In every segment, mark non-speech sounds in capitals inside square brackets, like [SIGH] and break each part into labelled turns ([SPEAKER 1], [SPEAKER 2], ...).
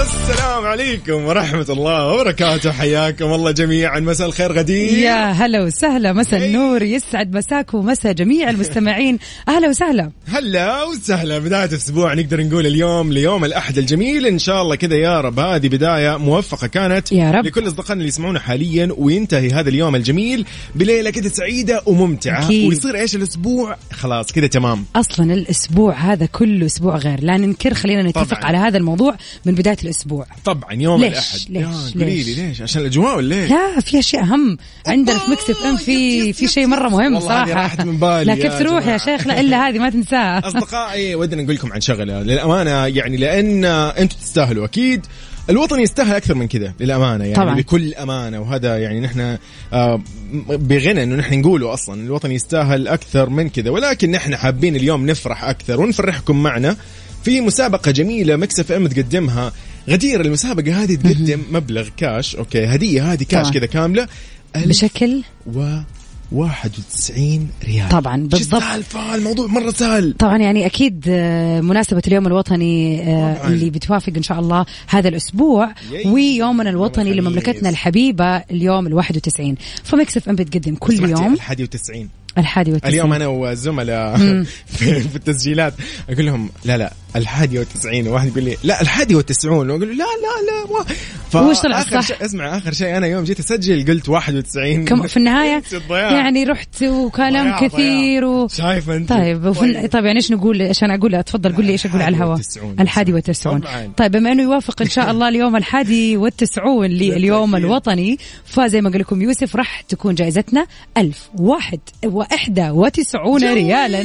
[SPEAKER 1] السلام عليكم ورحمة الله وبركاته حياكم الله جميعا مساء الخير غدير
[SPEAKER 2] يا هلا وسهلا
[SPEAKER 1] إيه.
[SPEAKER 2] مساء النور يسعد مساك ومساء جميع المستمعين اهلا وسهلا
[SPEAKER 1] هلا وسهلا بداية اسبوع نقدر نقول اليوم ليوم الاحد الجميل ان شاء الله كذا يا رب هذه بداية موفقة كانت
[SPEAKER 2] يا رب.
[SPEAKER 1] لكل اصدقائنا اللي يسمعونا حاليا وينتهي هذا اليوم الجميل بليلة كذا سعيدة وممتعة
[SPEAKER 2] أكيد.
[SPEAKER 1] ويصير ايش الاسبوع خلاص كذا تمام
[SPEAKER 2] اصلا الاسبوع هذا كله اسبوع غير لا ننكر خلينا نتفق
[SPEAKER 1] طبعاً.
[SPEAKER 2] على هذا الموضوع من بدايه الاسبوع
[SPEAKER 1] طبعا يوم
[SPEAKER 2] ليش؟
[SPEAKER 1] الاحد
[SPEAKER 2] ليش؟
[SPEAKER 1] يا قولي لي
[SPEAKER 2] ليش؟
[SPEAKER 1] ليش عشان الاجواء ولا ليش؟
[SPEAKER 2] لا في اشياء اهم عندنا في ميكس اف ام
[SPEAKER 1] يس-
[SPEAKER 2] في
[SPEAKER 1] يس-
[SPEAKER 2] في شيء
[SPEAKER 1] يس-
[SPEAKER 2] مره مهم
[SPEAKER 1] والله هذه
[SPEAKER 2] صراحه
[SPEAKER 1] راحت من بالي
[SPEAKER 2] لا
[SPEAKER 1] يا
[SPEAKER 2] كيف تروح يا
[SPEAKER 1] جماعة.
[SPEAKER 2] شيخ لا الا هذه ما تنساها
[SPEAKER 1] اصدقائي ودنا نقول لكم عن شغله للامانه يعني لان انتم تستاهلوا اكيد الوطن يستاهل اكثر من كذا للامانه يعني
[SPEAKER 2] طبعاً.
[SPEAKER 1] طبعا. بكل امانه وهذا يعني نحن آه، بغنى انه نحن نقوله اصلا الوطن يستاهل اكثر من كذا ولكن نحن حابين اليوم نفرح اكثر ونفرحكم معنا في مسابقه جميله مكسف ام تقدمها غدير المسابقه هذه تقدم مبلغ كاش اوكي هديه هذه كاش
[SPEAKER 2] طبعاً.
[SPEAKER 1] كذا كامله
[SPEAKER 2] بشكل
[SPEAKER 1] و 91 ريال
[SPEAKER 2] طبعاً،
[SPEAKER 1] شو
[SPEAKER 2] بالضبط.
[SPEAKER 1] السالفة؟ الموضوع مره سهل
[SPEAKER 2] طبعا يعني اكيد آه، مناسبه اليوم الوطني آه،
[SPEAKER 1] طبعاً.
[SPEAKER 2] اللي بتوافق ان شاء الله هذا الاسبوع
[SPEAKER 1] ياي.
[SPEAKER 2] ويومنا الوطني
[SPEAKER 1] يوم الخميس.
[SPEAKER 2] لمملكتنا الحبيبه اليوم ال91 فمكسف ام بتقدم كل
[SPEAKER 1] سمعتي
[SPEAKER 2] يوم
[SPEAKER 1] الحادي وتسعين
[SPEAKER 2] الحادي والتسعين
[SPEAKER 1] اليوم انا والزملاء [LAUGHS] في, في التسجيلات اقول لهم لا لا الحادي والتسعين واحد يقول لي لا الحادي والتسعون واقول له لا لا لا ما
[SPEAKER 2] وش طلع
[SPEAKER 1] آخر
[SPEAKER 2] الصح؟
[SPEAKER 1] شيء اسمع اخر شيء انا يوم جيت اسجل قلت 91 [LAUGHS]
[SPEAKER 2] كم في النهايه
[SPEAKER 1] نسيت ضياع.
[SPEAKER 2] يعني رحت وكلام
[SPEAKER 1] ضياع-
[SPEAKER 2] كثير و...
[SPEAKER 1] ضياع. شايفه انت
[SPEAKER 2] طيب وفي... طيب يعني ايش نقول عشان اقول اتفضل قول لي ايش اقول على الهواء
[SPEAKER 1] الحادي والتسعون.
[SPEAKER 2] الحادي والتسعون
[SPEAKER 1] طبعاً.
[SPEAKER 2] طيب بما انه يوافق ان شاء الله اليوم الحادي والتسعون لليوم
[SPEAKER 1] بالتأكيد.
[SPEAKER 2] الوطني فزي ما قال لكم يوسف راح تكون جائزتنا ألف واحد وإحدى وتسعون ريالا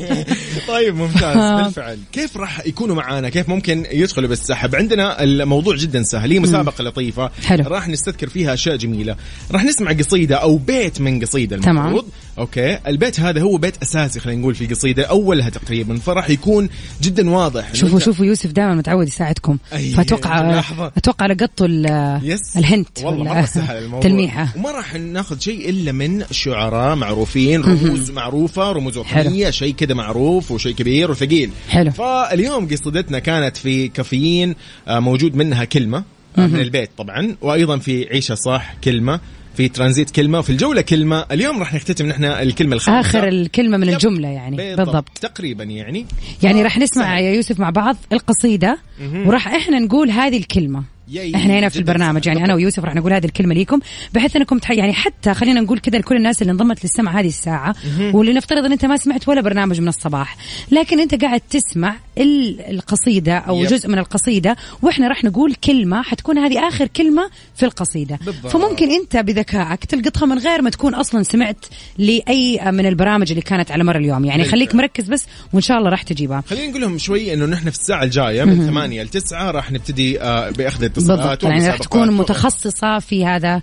[SPEAKER 1] [LAUGHS] طيب
[SPEAKER 2] آه.
[SPEAKER 1] ممتاز بالفعل كيف راح يكونوا معانا كيف ممكن يدخلوا بالسحب عندنا الموضوع جدا سهل هي مسابقه لطيفه
[SPEAKER 2] حلو.
[SPEAKER 1] راح نستذكر فيها اشياء جميله راح نسمع قصيده او بيت من قصيده
[SPEAKER 2] تمام.
[SPEAKER 1] المفروض اوكي البيت هذا هو بيت اساسي خلينا نقول في قصيده اولها تقريبا فراح يكون جدا واضح
[SPEAKER 2] شوفوا شوفوا يوسف دائما متعود يساعدكم
[SPEAKER 1] أي،
[SPEAKER 2] فاتوقع
[SPEAKER 1] ملاحظة.
[SPEAKER 2] اتوقع لقطوا ال-
[SPEAKER 1] يس
[SPEAKER 2] الهنت
[SPEAKER 1] والله
[SPEAKER 2] ولا
[SPEAKER 1] مره سهل الموضوع
[SPEAKER 2] تلميحه
[SPEAKER 1] وما راح ناخذ شيء الا من شعراء معروفين رموز معروفه رموز وطنيه شيء كذا معروف وشيء كبير وثقيل
[SPEAKER 2] حلو.
[SPEAKER 1] فاليوم قصيدتنا كانت في كافيين آه، موجود منها كلمه آه، من البيت طبعا وايضا في عيشه صح كلمه في ترانزيت كلمه وفي الجوله كلمه اليوم راح نختتم نحن الكلمه الخامسه
[SPEAKER 2] اخر الكلمه من
[SPEAKER 1] يب.
[SPEAKER 2] الجمله يعني بالضبط
[SPEAKER 1] تقريبا يعني
[SPEAKER 2] يعني راح نسمع يا يوسف مع بعض القصيده وراح احنا نقول هذه الكلمه
[SPEAKER 1] ياي،
[SPEAKER 2] احنا هنا في
[SPEAKER 1] جداً
[SPEAKER 2] البرنامج
[SPEAKER 1] سهل.
[SPEAKER 2] يعني انا ويوسف راح نقول هذه الكلمه ليكم بحيث انكم تح... يعني حتى خلينا نقول كذا لكل الناس اللي انضمت للسمع هذه الساعه واللي نفترض ان انت ما سمعت ولا برنامج من الصباح لكن انت قاعد تسمع ال- القصيده او
[SPEAKER 1] يب.
[SPEAKER 2] جزء من القصيده واحنا راح نقول كلمه حتكون هذه اخر كلمه في القصيده
[SPEAKER 1] بالضبط.
[SPEAKER 2] فممكن انت بذكائك تلقطها من غير ما تكون اصلا سمعت لاي من البرامج اللي كانت على مر اليوم يعني
[SPEAKER 1] بالفعل.
[SPEAKER 2] خليك مركز بس وان شاء الله راح تجيبها
[SPEAKER 1] خلينا نقول لهم شوي انه نحن في الساعه الجايه من 8 ل 9 راح نبتدي آه، باخذ الاتصالات
[SPEAKER 2] بالضبط يعني راح
[SPEAKER 1] والمسابقات
[SPEAKER 2] تكون
[SPEAKER 1] وغيرها.
[SPEAKER 2] متخصصه في هذا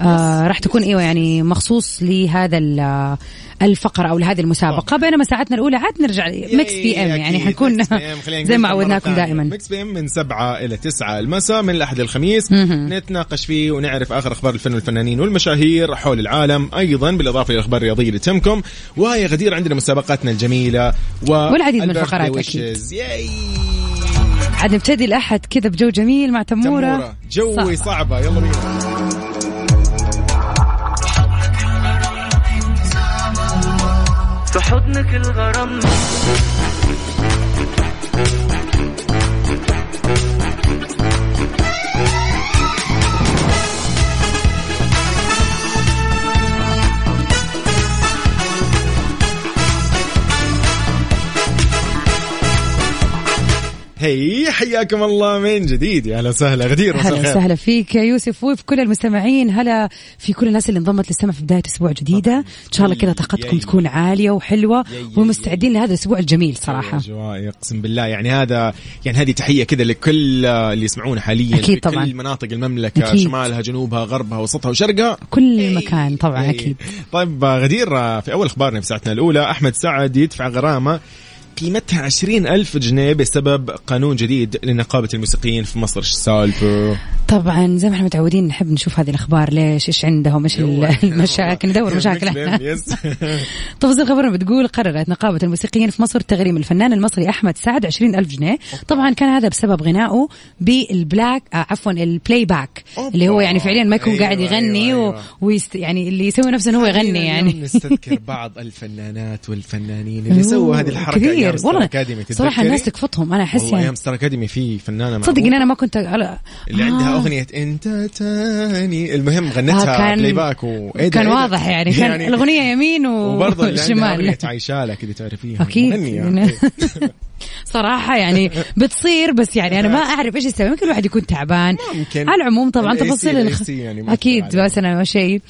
[SPEAKER 2] آه راح تكون ايوه يعني مخصوص لهذا ال- الفقره او لهذه المسابقه بينما ساعتنا الاولى عاد نرجع ميكس بي ام يعني حنكون زي ما عودناكم دائما
[SPEAKER 1] ميكس بي ام من سبعة إلى تسعة المساء من الأحد للخميس
[SPEAKER 2] مهم.
[SPEAKER 1] نتناقش فيه ونعرف آخر أخبار الفن والفنانين والمشاهير حول العالم أيضا بالإضافة إلى الأخبار الرياضية اللي تهمكم ويا غدير عندنا مسابقاتنا الجميلة و
[SPEAKER 2] والعديد من
[SPEAKER 1] البرثدي
[SPEAKER 2] الفقرات
[SPEAKER 1] ويشز.
[SPEAKER 2] أكيد.
[SPEAKER 1] ياي
[SPEAKER 2] عاد نبتدي الاحد كذا بجو جميل مع تموره
[SPEAKER 1] تمورة جوي صعبة يلا بينا
[SPEAKER 3] في حضنك الغرام
[SPEAKER 1] هي حياكم الله من جديد يا هلا وسهلا غدير مساء
[SPEAKER 2] هلا
[SPEAKER 1] الخير
[SPEAKER 2] وسهلا فيك يا يوسف وفي كل المستمعين هلا في كل الناس اللي انضمت للسمع في بدايه اسبوع جديده ان شاء الله كذا طاقتكم
[SPEAKER 1] ياي.
[SPEAKER 2] تكون عاليه وحلوه
[SPEAKER 1] ياي.
[SPEAKER 2] ومستعدين لهذا الاسبوع الجميل صراحه
[SPEAKER 1] اجواء اقسم بالله يعني هذا يعني هذه تحيه كذا لكل آه، اللي يسمعونا حاليا
[SPEAKER 2] أكيد
[SPEAKER 1] لكل
[SPEAKER 2] طبعاً.
[SPEAKER 1] مناطق المملكه
[SPEAKER 2] أكيد.
[SPEAKER 1] شمالها جنوبها غربها وسطها وشرقها
[SPEAKER 2] كل مكان طبعا
[SPEAKER 1] إيه.
[SPEAKER 2] اكيد
[SPEAKER 1] طيب آه، غدير آه، في اول اخبارنا في ساعتنا الاولى احمد سعد يدفع غرامه قيمتها عشرين ألف جنيه بسبب قانون جديد لنقابة الموسيقيين في مصر ايش السالفة؟
[SPEAKER 2] طبعا زي ما احنا متعودين نحب نشوف هذه الاخبار ليش ايش عندهم ايش
[SPEAKER 1] يوه.
[SPEAKER 2] المشاكل ندور
[SPEAKER 1] [LAUGHS]
[SPEAKER 2] مشاكل احنا
[SPEAKER 1] يس.
[SPEAKER 2] تفاصيل خبرنا بتقول قررت نقابة الموسيقيين في مصر تغريم الفنان المصري أحمد سعد 20 ألف جنيه طبعا كان هذا بسبب غنائه بالبلاك آه عفوا البلاي باك
[SPEAKER 1] أوبا.
[SPEAKER 2] اللي هو يعني فعليا ما يكون
[SPEAKER 1] أيوة،
[SPEAKER 2] قاعد يغني
[SPEAKER 1] أيوة،
[SPEAKER 2] و...
[SPEAKER 1] أيوة.
[SPEAKER 2] ويست... يعني اللي يسوي نفسه انه هو يغني
[SPEAKER 1] اليوم
[SPEAKER 2] يعني
[SPEAKER 1] نستذكر بعض الفنانات والفنانين اللي سووا هذه الحركه أيام
[SPEAKER 2] كثير
[SPEAKER 1] ستار
[SPEAKER 2] والله
[SPEAKER 1] أكاديمي،
[SPEAKER 2] صراحة
[SPEAKER 1] تتذكري؟
[SPEAKER 2] الناس تكفطهم أنا أحس
[SPEAKER 1] والله
[SPEAKER 2] يعني
[SPEAKER 1] ايام ستار اكاديمي في فنانه
[SPEAKER 2] تصدق
[SPEAKER 1] معروفة
[SPEAKER 2] إن أنا ما كنت آه، على
[SPEAKER 1] اللي عندها اغنيه انت تاني المهم غنتها
[SPEAKER 2] آه، كان-
[SPEAKER 1] بلاي باك و... إيه ده،
[SPEAKER 2] كان
[SPEAKER 1] إيه ده؟
[SPEAKER 2] واضح يعني كان الأغنية يمين و-
[SPEAKER 1] وبرضه اللي عندها
[SPEAKER 2] والشمال.
[SPEAKER 1] اغنيه عايشاله كذا تعرفيها
[SPEAKER 2] أكيد. يعني
[SPEAKER 1] مغنية. إيه.
[SPEAKER 2] [LAUGHS] صراحة يعني بتصير بس يعني أنا ما أعرف إيش يسوي يمكن الواحد يكون تعبان
[SPEAKER 1] ممكن.
[SPEAKER 2] على العموم طبعا
[SPEAKER 1] ال AC
[SPEAKER 2] تفاصيل
[SPEAKER 1] ال
[SPEAKER 2] الخ-
[SPEAKER 1] AC يعني ما
[SPEAKER 2] أكيد
[SPEAKER 1] تدري
[SPEAKER 2] بس أنا شيء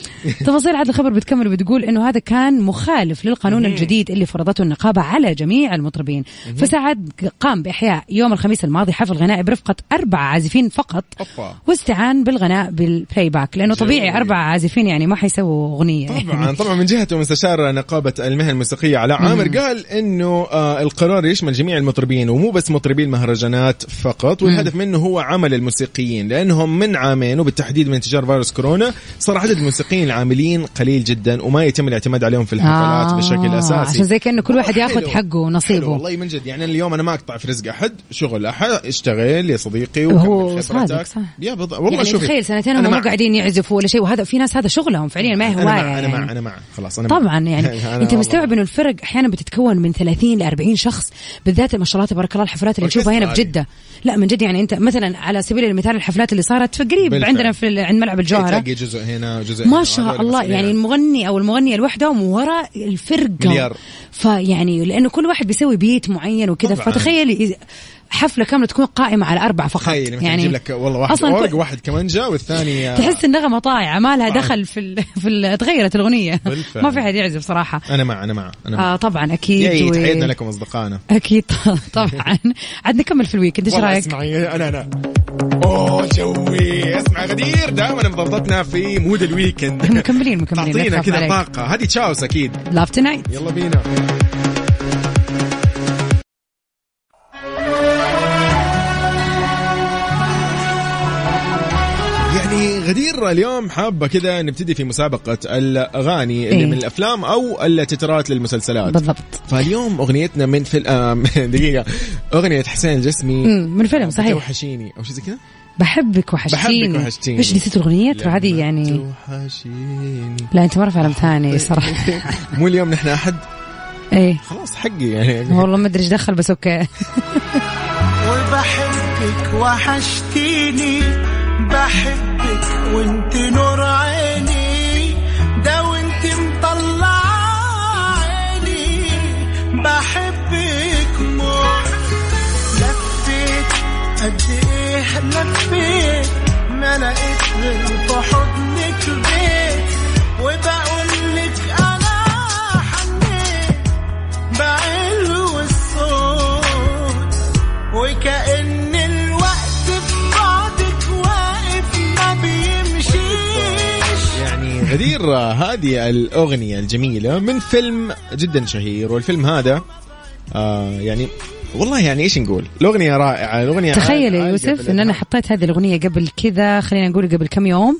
[SPEAKER 2] تفاصيل هذا الخبر بتكمل وبتقول إنه هذا كان مخالف للقانون الجديد اللي فرضته النقابة على جميع المطربين فسعد قام بإحياء يوم الخميس الماضي حفل غنائي برفقة أربعة عازفين فقط
[SPEAKER 1] أوبا.
[SPEAKER 2] واستعان بالغناء بالبلاي باك لأنه طبيعي
[SPEAKER 1] جميل.
[SPEAKER 2] أربعة عازفين يعني ما حيسووا أغنية [LAUGHS]
[SPEAKER 1] طبعا طبعا من جهته مستشار نقابه المهن الموسيقيه علاء عامر قال انه آه القرار يشمل جميع المطربين ومو بس مطربي المهرجانات فقط والهدف منه هو عمل الموسيقيين لانهم من عامين وبالتحديد من انتشار فيروس كورونا صار عدد الموسيقيين العاملين قليل جدا وما يتم الاعتماد عليهم في الحفلات
[SPEAKER 2] آه،
[SPEAKER 1] بشكل اساسي
[SPEAKER 2] عشان زي كأنه كل
[SPEAKER 1] والله
[SPEAKER 2] واحد ياخذ
[SPEAKER 1] حلو.
[SPEAKER 2] حقه ونصيبه.
[SPEAKER 1] حلو والله من جد يعني اليوم انا ما اقطع في رزق احد شغل احد اشتغل يا صديقي
[SPEAKER 2] هو
[SPEAKER 1] وكمل
[SPEAKER 2] صادق،
[SPEAKER 1] خبرتك.
[SPEAKER 2] صح.
[SPEAKER 1] يا بالضبط والله
[SPEAKER 2] يعني
[SPEAKER 1] شوفي
[SPEAKER 2] تخيل سنتين
[SPEAKER 1] أنا
[SPEAKER 2] هم
[SPEAKER 1] مع-
[SPEAKER 2] مو قاعدين يعزفوا ولا شيء وهذا في ناس هذا شغلهم فعليا ما هي
[SPEAKER 1] انا
[SPEAKER 2] هوايه
[SPEAKER 1] مع انا
[SPEAKER 2] يعني.
[SPEAKER 1] مع انا مع خلاص انا مع.
[SPEAKER 2] طبعا يعني
[SPEAKER 1] [LAUGHS] أنا
[SPEAKER 2] انت
[SPEAKER 1] والله
[SPEAKER 2] مستوعب
[SPEAKER 1] مع.
[SPEAKER 2] انه الفرق احيانا بتتكون من 30 ل 40 شخص بالذات ما شاء الله تبارك الله الحفلات اللي نشوفها هنا في
[SPEAKER 1] أوركسترا
[SPEAKER 2] جده لا من جد يعني انت مثلا على سبيل المثال الحفلات اللي صارت في قريب
[SPEAKER 1] بالفعل.
[SPEAKER 2] عندنا في ال- عند ملعب الجوهره
[SPEAKER 1] تلاقي جزء هنا وجزء هنا
[SPEAKER 2] ما شاء
[SPEAKER 1] وهذول
[SPEAKER 2] الله
[SPEAKER 1] مسؤولين.
[SPEAKER 2] يعني المغني او المغنيه لوحدهم وراء الفرقه
[SPEAKER 1] مليار.
[SPEAKER 2] فيعني لانه يعني كل واحد بيسوي بيت معين وكذا
[SPEAKER 1] طبعاً.
[SPEAKER 2] فتخيل إذا- حفله كامله تكون قائمه على اربعه فقط
[SPEAKER 1] تخيل يعني يجيب لك والله واحد
[SPEAKER 2] أصلاً
[SPEAKER 1] ورق
[SPEAKER 2] كل-
[SPEAKER 1] واحد كمانجا والثاني
[SPEAKER 2] [LAUGHS] تحس النغمه طايعه ما لها
[SPEAKER 1] طبعاً.
[SPEAKER 2] دخل في ال... [LAUGHS] في ال... تغيرت الاغنيه
[SPEAKER 1] بالفعل.
[SPEAKER 2] ما في حد يعزف صراحه
[SPEAKER 1] انا مع انا مع انا مع
[SPEAKER 2] آه طبعا اكيد
[SPEAKER 1] يا
[SPEAKER 2] و-
[SPEAKER 1] تحياتنا لكم اصدقائنا
[SPEAKER 2] [LAUGHS] اكيد طبعا عاد نكمل في الويكند ايش
[SPEAKER 1] والله
[SPEAKER 2] رايك؟
[SPEAKER 1] اسمعي انا انا اوه جوي اسمع غدير دائما مضبطتنا في مود الويكند
[SPEAKER 2] مكملين مكملين
[SPEAKER 1] تعطينا كذا طاقه هذه تشاوس اكيد
[SPEAKER 2] لاف تونايت
[SPEAKER 1] يلا بينا يعني غدير اليوم حابه كذا نبتدي في مسابقه الاغاني اللي
[SPEAKER 2] إيه.
[SPEAKER 1] من الافلام او التترات للمسلسلات
[SPEAKER 2] بالضبط
[SPEAKER 1] فاليوم اغنيتنا [LAUGHS] من فيلم دقيقه اغنيه حسين الجسمي
[SPEAKER 2] مم، من فيلم صحيح
[SPEAKER 1] توحشيني او شيء زي كذا
[SPEAKER 2] بحبك وحشتيني
[SPEAKER 1] بحبك وحشتيني.
[SPEAKER 2] ايش نسيت الاغنيه؟ ترى هذه يعني
[SPEAKER 1] توحشيني [LAUGHS]
[SPEAKER 2] لا انت مره في عالم
[SPEAKER 1] إيه.
[SPEAKER 2] ثاني صراحه
[SPEAKER 1] مو اليوم نحن احد
[SPEAKER 2] ايه
[SPEAKER 1] خلاص حقي
[SPEAKER 2] [LAUGHS]
[SPEAKER 1] يعني
[SPEAKER 2] والله ما ادري ايش دخل
[SPEAKER 1] [LAUGHS]
[SPEAKER 2] بس اوكي
[SPEAKER 4] وبحبك وحشتيني بحبك وانت نور عيني ده وانت مطلعة عيني بحبك موت لفيت قد ايه لفيت ما لقيت غير في حضنك بيت وبقول لك انا حنيت بعلو الصوت وكأن الوقت في بعدك واقف ما بيمشيش
[SPEAKER 1] يعني غدير هذه الاغنيه الجميله من فيلم جدا شهير والفيلم هذا آه يعني والله يعني ايش نقول الاغنيه رائعه الاغنيه
[SPEAKER 2] تخيل يا
[SPEAKER 1] عالقة
[SPEAKER 2] يوسف
[SPEAKER 1] في
[SPEAKER 2] ان انا
[SPEAKER 1] الأذهان.
[SPEAKER 2] حطيت هذه الاغنيه قبل كذا خلينا نقول قبل كم يوم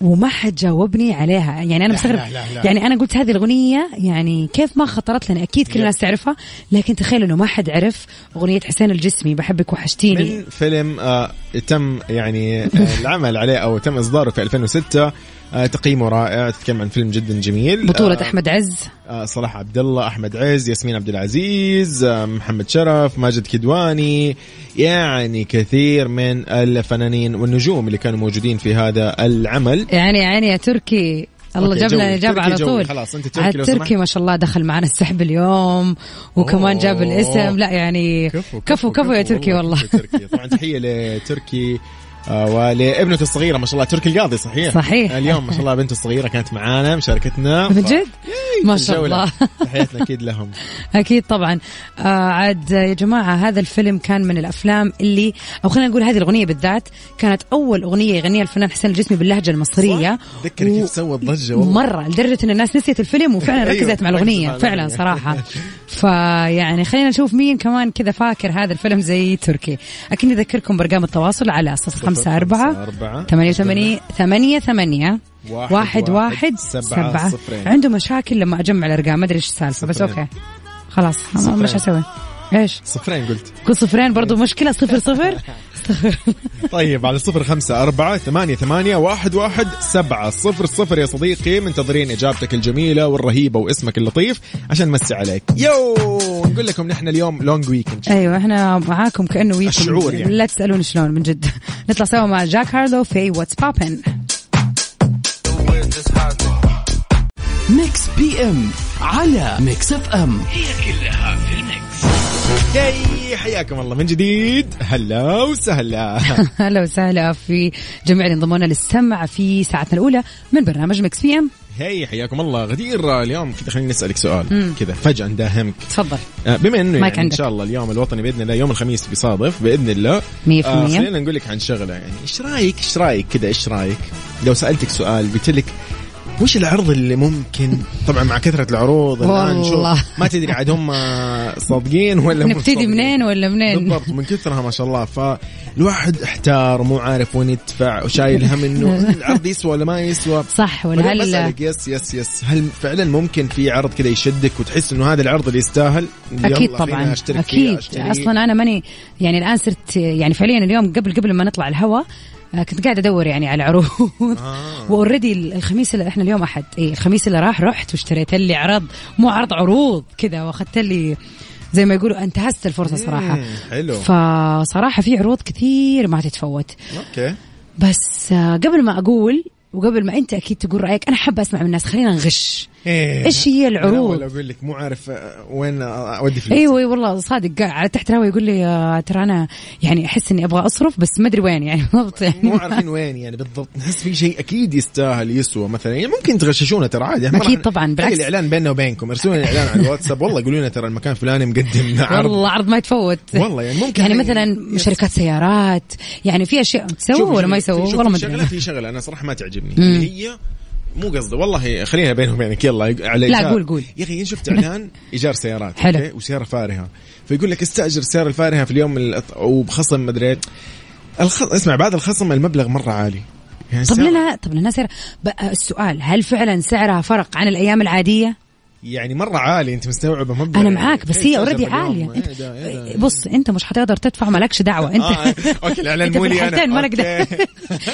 [SPEAKER 2] وما حد جاوبني عليها يعني انا مستغرب
[SPEAKER 1] لا، لا، لا.
[SPEAKER 2] يعني انا قلت هذه الاغنيه يعني كيف ما خطرت لنا اكيد كل الناس تعرفها لكن تخيل انه ما حد عرف اغنيه حسين الجسمي بحبك وحشتيني
[SPEAKER 1] من فيلم آه تم يعني آه العمل عليه او تم اصداره في 2006 آه تقييمه رائع تتكلم عن فيلم جدا جميل
[SPEAKER 2] بطولة
[SPEAKER 1] آه
[SPEAKER 2] أحمد عز
[SPEAKER 1] آه صلاح عبد الله احمد عز ياسمين عبد العزيز آه محمد شرف ماجد كدواني يعني كثير من الفنانين والنجوم اللي كانوا موجودين في هذا العمل
[SPEAKER 2] يعني يعني يا تركي الله
[SPEAKER 1] أوكي،
[SPEAKER 2] جاب لنا
[SPEAKER 1] جوي.
[SPEAKER 2] الإجابة
[SPEAKER 1] تركي
[SPEAKER 2] على
[SPEAKER 1] جوي،
[SPEAKER 2] طول
[SPEAKER 1] خلاص، أنت تركي
[SPEAKER 2] على
[SPEAKER 1] لو
[SPEAKER 2] التركي
[SPEAKER 1] سمحت.
[SPEAKER 2] ما شاء الله دخل معنا السحب اليوم وكمان
[SPEAKER 1] أوه.
[SPEAKER 2] جاب الاسم لا يعني كفو كفو, يا تركي والله
[SPEAKER 1] كفو تركي طبعا تحيه لتركي آه، ولابنته الصغيره ما شاء الله تركي القاضي صحيح
[SPEAKER 2] صحيح.
[SPEAKER 1] اليوم ما شاء الله بنته الصغيره كانت معانا مشاركتنا [LAUGHS]
[SPEAKER 2] [LAUGHS] من جد؟ ما شاء
[SPEAKER 1] الجولة.
[SPEAKER 2] الله
[SPEAKER 1] تحياتنا اكيد لهم
[SPEAKER 2] اكيد طبعا آه عاد يا جماعه هذا الفيلم كان من الافلام اللي او خلينا نقول هذه الاغنيه بالذات كانت اول اغنيه يغنيها الفنان حسين الجسمي باللهجه المصريه
[SPEAKER 1] صح؟ تذكري كيف سوى ضجه والله
[SPEAKER 2] مره لدرجه ان الناس نسيت الفيلم
[SPEAKER 1] [LAUGHS]
[SPEAKER 2] وفعلا
[SPEAKER 1] أيوة،
[SPEAKER 2] ركزت مع
[SPEAKER 1] ركزت
[SPEAKER 2] الاغنيه
[SPEAKER 1] مع
[SPEAKER 2] فعلا
[SPEAKER 1] الأغنية.
[SPEAKER 2] صراحه
[SPEAKER 1] [LAUGHS]
[SPEAKER 2] فيعني خلينا نشوف مين كمان كذا فاكر هذا الفيلم زي تركي اكيد نذكركم بارقام التواصل على 054
[SPEAKER 1] 054
[SPEAKER 2] 88 ثمانية ثمانية
[SPEAKER 1] واحد
[SPEAKER 2] واحد واحد
[SPEAKER 1] واحد
[SPEAKER 2] سبعة,
[SPEAKER 1] سبعة
[SPEAKER 2] سبعة.
[SPEAKER 1] صفرين.
[SPEAKER 2] عنده مشاكل لما اجمع الارقام ما ادري ايش السالفه بس
[SPEAKER 1] صفرين.
[SPEAKER 2] اوكي خلاص أنا
[SPEAKER 1] صفرين. إيه.
[SPEAKER 2] مش حسوي ايش
[SPEAKER 1] صفرين قلت
[SPEAKER 2] كل صفرين برضو مشكله صفر
[SPEAKER 1] [LAUGHS]
[SPEAKER 2] صفر صفر
[SPEAKER 1] طيب على صفر خمسة أربعة ثمانية ثمانية واحد واحد سبعة صفر صفر يا صديقي منتظرين إجابتك الجميلة والرهيبة واسمك اللطيف عشان نمسي عليك يو نقول لكم نحن اليوم لونج ويكند
[SPEAKER 2] ايوه احنا معاكم كانه ويكند
[SPEAKER 1] الشعور يعني.
[SPEAKER 2] لا تسالون شلون من جد نطلع سوا مع جاك هارلو في واتس بابن
[SPEAKER 5] ميكس بي ام على ميكس اف ام
[SPEAKER 1] ياي حياكم الله من جديد هلا وسهلا
[SPEAKER 2] [LAUGHS] هلا وسهلا في جميع اللي انضمونا للسمع في ساعتنا الاولى من برنامج مكس بي ام
[SPEAKER 1] هاي حياكم الله غدير اليوم كذا خليني نسألك سؤال كذا فجأة نداهمك [LAUGHS]
[SPEAKER 2] تفضل
[SPEAKER 1] آه، بما انه
[SPEAKER 2] مايك
[SPEAKER 1] يعني ان
[SPEAKER 2] عندك.
[SPEAKER 1] شاء الله اليوم الوطني باذن الله يوم الخميس بيصادف باذن الله
[SPEAKER 2] مية في
[SPEAKER 1] آه،
[SPEAKER 2] المية.
[SPEAKER 1] خلينا نقول لك عن شغله يعني ايش رايك ايش رايك كذا ايش رايك لو سالتك سؤال قلت لك وش العرض اللي ممكن طبعا مع كثره العروض الان
[SPEAKER 2] والله.
[SPEAKER 1] شوف ما تدري عاد هم صادقين ولا مو
[SPEAKER 2] نبتدي
[SPEAKER 1] صادقين.
[SPEAKER 2] منين ولا منين
[SPEAKER 1] بالضبط من كثرها ما شاء الله فالواحد احتار مو عارف وين يدفع وشايل هم
[SPEAKER 2] [LAUGHS]
[SPEAKER 1] انه العرض يسوى ولا ما يسوى
[SPEAKER 2] صح ولا
[SPEAKER 1] بعدين
[SPEAKER 2] هل
[SPEAKER 1] بسألك يس يس يس هل فعلا ممكن في عرض كذا يشدك وتحس انه هذا العرض اللي يستاهل يلا
[SPEAKER 2] اكيد
[SPEAKER 1] خلينا
[SPEAKER 2] طبعا
[SPEAKER 1] أشترك فيه،
[SPEAKER 2] اكيد
[SPEAKER 1] أشتري.
[SPEAKER 2] اصلا انا ماني يعني الان صرت يعني فعليا اليوم قبل قبل ما نطلع الهواء آه، كنت قاعده ادور يعني على
[SPEAKER 1] [LAUGHS]
[SPEAKER 2] عروض آه. واوريدي الخميس اللي احنا اليوم احد إيه الخميس اللي راح رحت واشتريت لي عرض مو عرض عروض كذا واخذت لي زي ما يقولوا انتهزت الفرصه صراحه
[SPEAKER 1] مم، حلو
[SPEAKER 2] فصراحه في عروض كثير ما تتفوت
[SPEAKER 1] اوكي
[SPEAKER 2] بس آه، قبل ما اقول وقبل ما انت اكيد تقول رايك انا حابه اسمع من الناس خلينا نغش
[SPEAKER 1] إيه.
[SPEAKER 2] ايش هي
[SPEAKER 1] أنا أول
[SPEAKER 2] العروض
[SPEAKER 1] اقول لك مو عارف آه، وين آه، اودي فلوس
[SPEAKER 2] ايوه أيوة والله صادق قاعد على تحت الهواء يقول لي آه، ترى انا يعني احس اني ابغى اصرف بس ما ادري وين يعني [LAUGHS] بالضبط
[SPEAKER 1] مو
[SPEAKER 2] يعني
[SPEAKER 1] عارفين وين يعني بالضبط نحس في شيء اكيد يستاهل يسوى مثلا يعني ممكن تغششونا ترى عادي إحنا
[SPEAKER 2] أكيد
[SPEAKER 1] راح-
[SPEAKER 2] طبعاً،
[SPEAKER 1] خلي
[SPEAKER 2] بالعكس.
[SPEAKER 1] الاعلان بيننا وبينكم ارسلوا لنا اعلان على الواتساب والله قولوا لنا ترى المكان فلاني مقدم عرض
[SPEAKER 2] والله عرض ما يتفوت
[SPEAKER 1] والله يعني ممكن
[SPEAKER 2] يعني
[SPEAKER 1] هني-
[SPEAKER 2] مثلا
[SPEAKER 1] يس.
[SPEAKER 2] شركات سيارات يعني في اشياء تسوي
[SPEAKER 1] شوف
[SPEAKER 2] ولا
[SPEAKER 1] شوف-
[SPEAKER 2] ما يسووا
[SPEAKER 1] شوف
[SPEAKER 2] والله ما
[SPEAKER 1] في شغله
[SPEAKER 2] ادري
[SPEAKER 1] في شغله انا صراحه ما تعجبني اللي هي مو قصدي والله خليها بيني وبينك يلا على
[SPEAKER 2] لا،
[SPEAKER 1] إيجار.
[SPEAKER 2] قول- قول.
[SPEAKER 1] يا اخي
[SPEAKER 2] [LAUGHS]
[SPEAKER 1] شفت اعلان ايجار سيارات
[SPEAKER 2] حلو.
[SPEAKER 1] أوكي؟ وسياره فارهه فيقول لك استاجر السياره الفارهه في اليوم الأط- وبخصم مدري إيه. الخ... اسمع بعد الخصم المبلغ مره عالي يعني
[SPEAKER 2] طب
[SPEAKER 1] السيارة-
[SPEAKER 2] لنا طب لنا سعر بقى السؤال هل فعلا سعرها فرق عن الايام العاديه؟
[SPEAKER 1] يعني مره عالي انت مستوعبه مبلغ
[SPEAKER 2] انا
[SPEAKER 1] يعني.
[SPEAKER 2] معاك بس
[SPEAKER 1] كيف
[SPEAKER 2] هي
[SPEAKER 1] تأجر
[SPEAKER 2] اوريدي
[SPEAKER 1] في اليوم؟
[SPEAKER 2] عاليه
[SPEAKER 1] إيه ده- إيه ده؟
[SPEAKER 2] انت بص انت مش حتقدر تدفع مالكش دعوه انت
[SPEAKER 1] آه، اوكي الاعلان
[SPEAKER 2] [LAUGHS] أنت في
[SPEAKER 1] مو لي
[SPEAKER 2] الحالتين
[SPEAKER 1] انا
[SPEAKER 2] ما أنا
[SPEAKER 1] إيه أوكي. [LAUGHS]
[SPEAKER 2] [LAUGHS]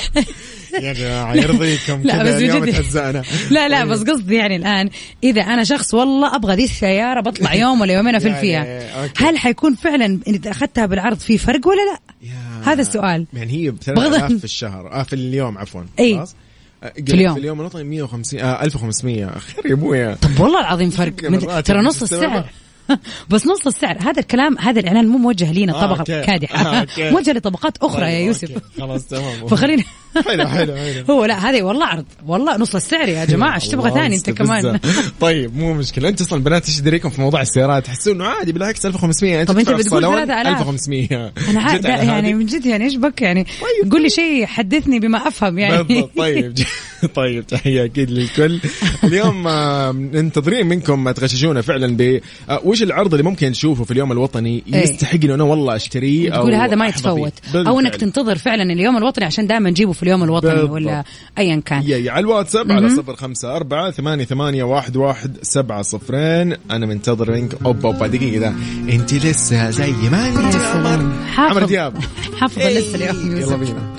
[SPEAKER 1] يا جماعه يرضيكم
[SPEAKER 2] لا
[SPEAKER 1] كذا
[SPEAKER 2] بس
[SPEAKER 1] اليوم
[SPEAKER 2] بجد-
[SPEAKER 1] اتهزأنا
[SPEAKER 2] لا لا
[SPEAKER 1] طيب.
[SPEAKER 2] بس قصدي يعني الان اذا انا شخص والله ابغى ذي السياره بطلع يوم ولا يومين افل
[SPEAKER 1] يعني،
[SPEAKER 2] فيها
[SPEAKER 1] أوكي.
[SPEAKER 2] هل حيكون فعلا اذا اخذتها بالعرض في فرق ولا لا؟
[SPEAKER 1] يا-
[SPEAKER 2] هذا السؤال
[SPEAKER 1] يعني هي ب
[SPEAKER 2] بغض-
[SPEAKER 1] 3000 في الشهر اه في اليوم عفوا
[SPEAKER 2] إي.
[SPEAKER 1] خلاص؟ آه، قلت
[SPEAKER 2] اليوم.
[SPEAKER 1] في اليوم الوطني 150 آه 1500 خير يا ابويا
[SPEAKER 2] طب والله العظيم فرق
[SPEAKER 1] يمكن
[SPEAKER 2] من-
[SPEAKER 1] الراتب
[SPEAKER 2] ترى
[SPEAKER 1] مش
[SPEAKER 2] نص
[SPEAKER 1] مستوعبة.
[SPEAKER 2] السعر [LAUGHS] بس نص السعر هذا الكلام هذا الاعلان مو موجه لينا
[SPEAKER 1] آه،
[SPEAKER 2] طبقه
[SPEAKER 1] أوكي. آه،
[SPEAKER 2] كادحه
[SPEAKER 1] أوكي.
[SPEAKER 2] [LAUGHS] موجه لطبقات اخرى يا
[SPEAKER 1] طيب،
[SPEAKER 2] يوسف
[SPEAKER 1] أوكي. خلاص تمام
[SPEAKER 2] [LAUGHS] فخلينا
[SPEAKER 1] حلو حلو حلو
[SPEAKER 2] [LAUGHS] هو لا هذه والله عرض والله نص السعر
[SPEAKER 1] [LAUGHS]
[SPEAKER 2] يا جماعه ايش تبغى
[SPEAKER 1] الله
[SPEAKER 2] ثاني انت كمان [LAUGHS]
[SPEAKER 1] مستفزة. طيب مو مشكله انت اصلا البنات ايش دريكم في موضوع السيارات تحسون انه عادي بالعكس 1500 انت
[SPEAKER 2] طب طيب، أنت
[SPEAKER 1] تدفع في
[SPEAKER 2] بتقول
[SPEAKER 1] الصالون
[SPEAKER 2] 3000.
[SPEAKER 1] 1500
[SPEAKER 2] انا عا-
[SPEAKER 1] جد على
[SPEAKER 2] لا، يعني
[SPEAKER 1] هذه؟
[SPEAKER 2] من جد يعني ايش بك يعني قول لي شيء حدثني بما افهم يعني
[SPEAKER 1] بالضبط طيب [LAUGHS] طيب تحيه اكيد للكل اليوم آه، منتظرين منكم تغششونا فعلا ب آه، وش العرض اللي ممكن نشوفه في اليوم الوطني
[SPEAKER 2] إيه.
[SPEAKER 1] يستحق انه انا والله اشتريه او
[SPEAKER 2] [LAUGHS] تقول هذا ما
[SPEAKER 1] أحظى فيه.
[SPEAKER 2] يتفوت او انك
[SPEAKER 1] بالفعل.
[SPEAKER 2] تنتظر فعلا اليوم الوطني عشان دائما نجيبه في اليوم الوطني
[SPEAKER 1] بالضبط.
[SPEAKER 2] ولا ايا كان
[SPEAKER 1] يا يا على الواتساب على صفر خمسة أربعة ثمانية ثمانية واحد واحد سبعة صفرين أنا منتظر منك أوبا أوبا دقيقة ده أنت لسه زي ما
[SPEAKER 2] يا
[SPEAKER 1] أنت يا
[SPEAKER 2] سلام.
[SPEAKER 1] عمر.
[SPEAKER 2] حافظ
[SPEAKER 1] عمرو دياب
[SPEAKER 2] حافظ لسه اليوم
[SPEAKER 1] إيه، يلا
[SPEAKER 2] يوسف
[SPEAKER 1] بينا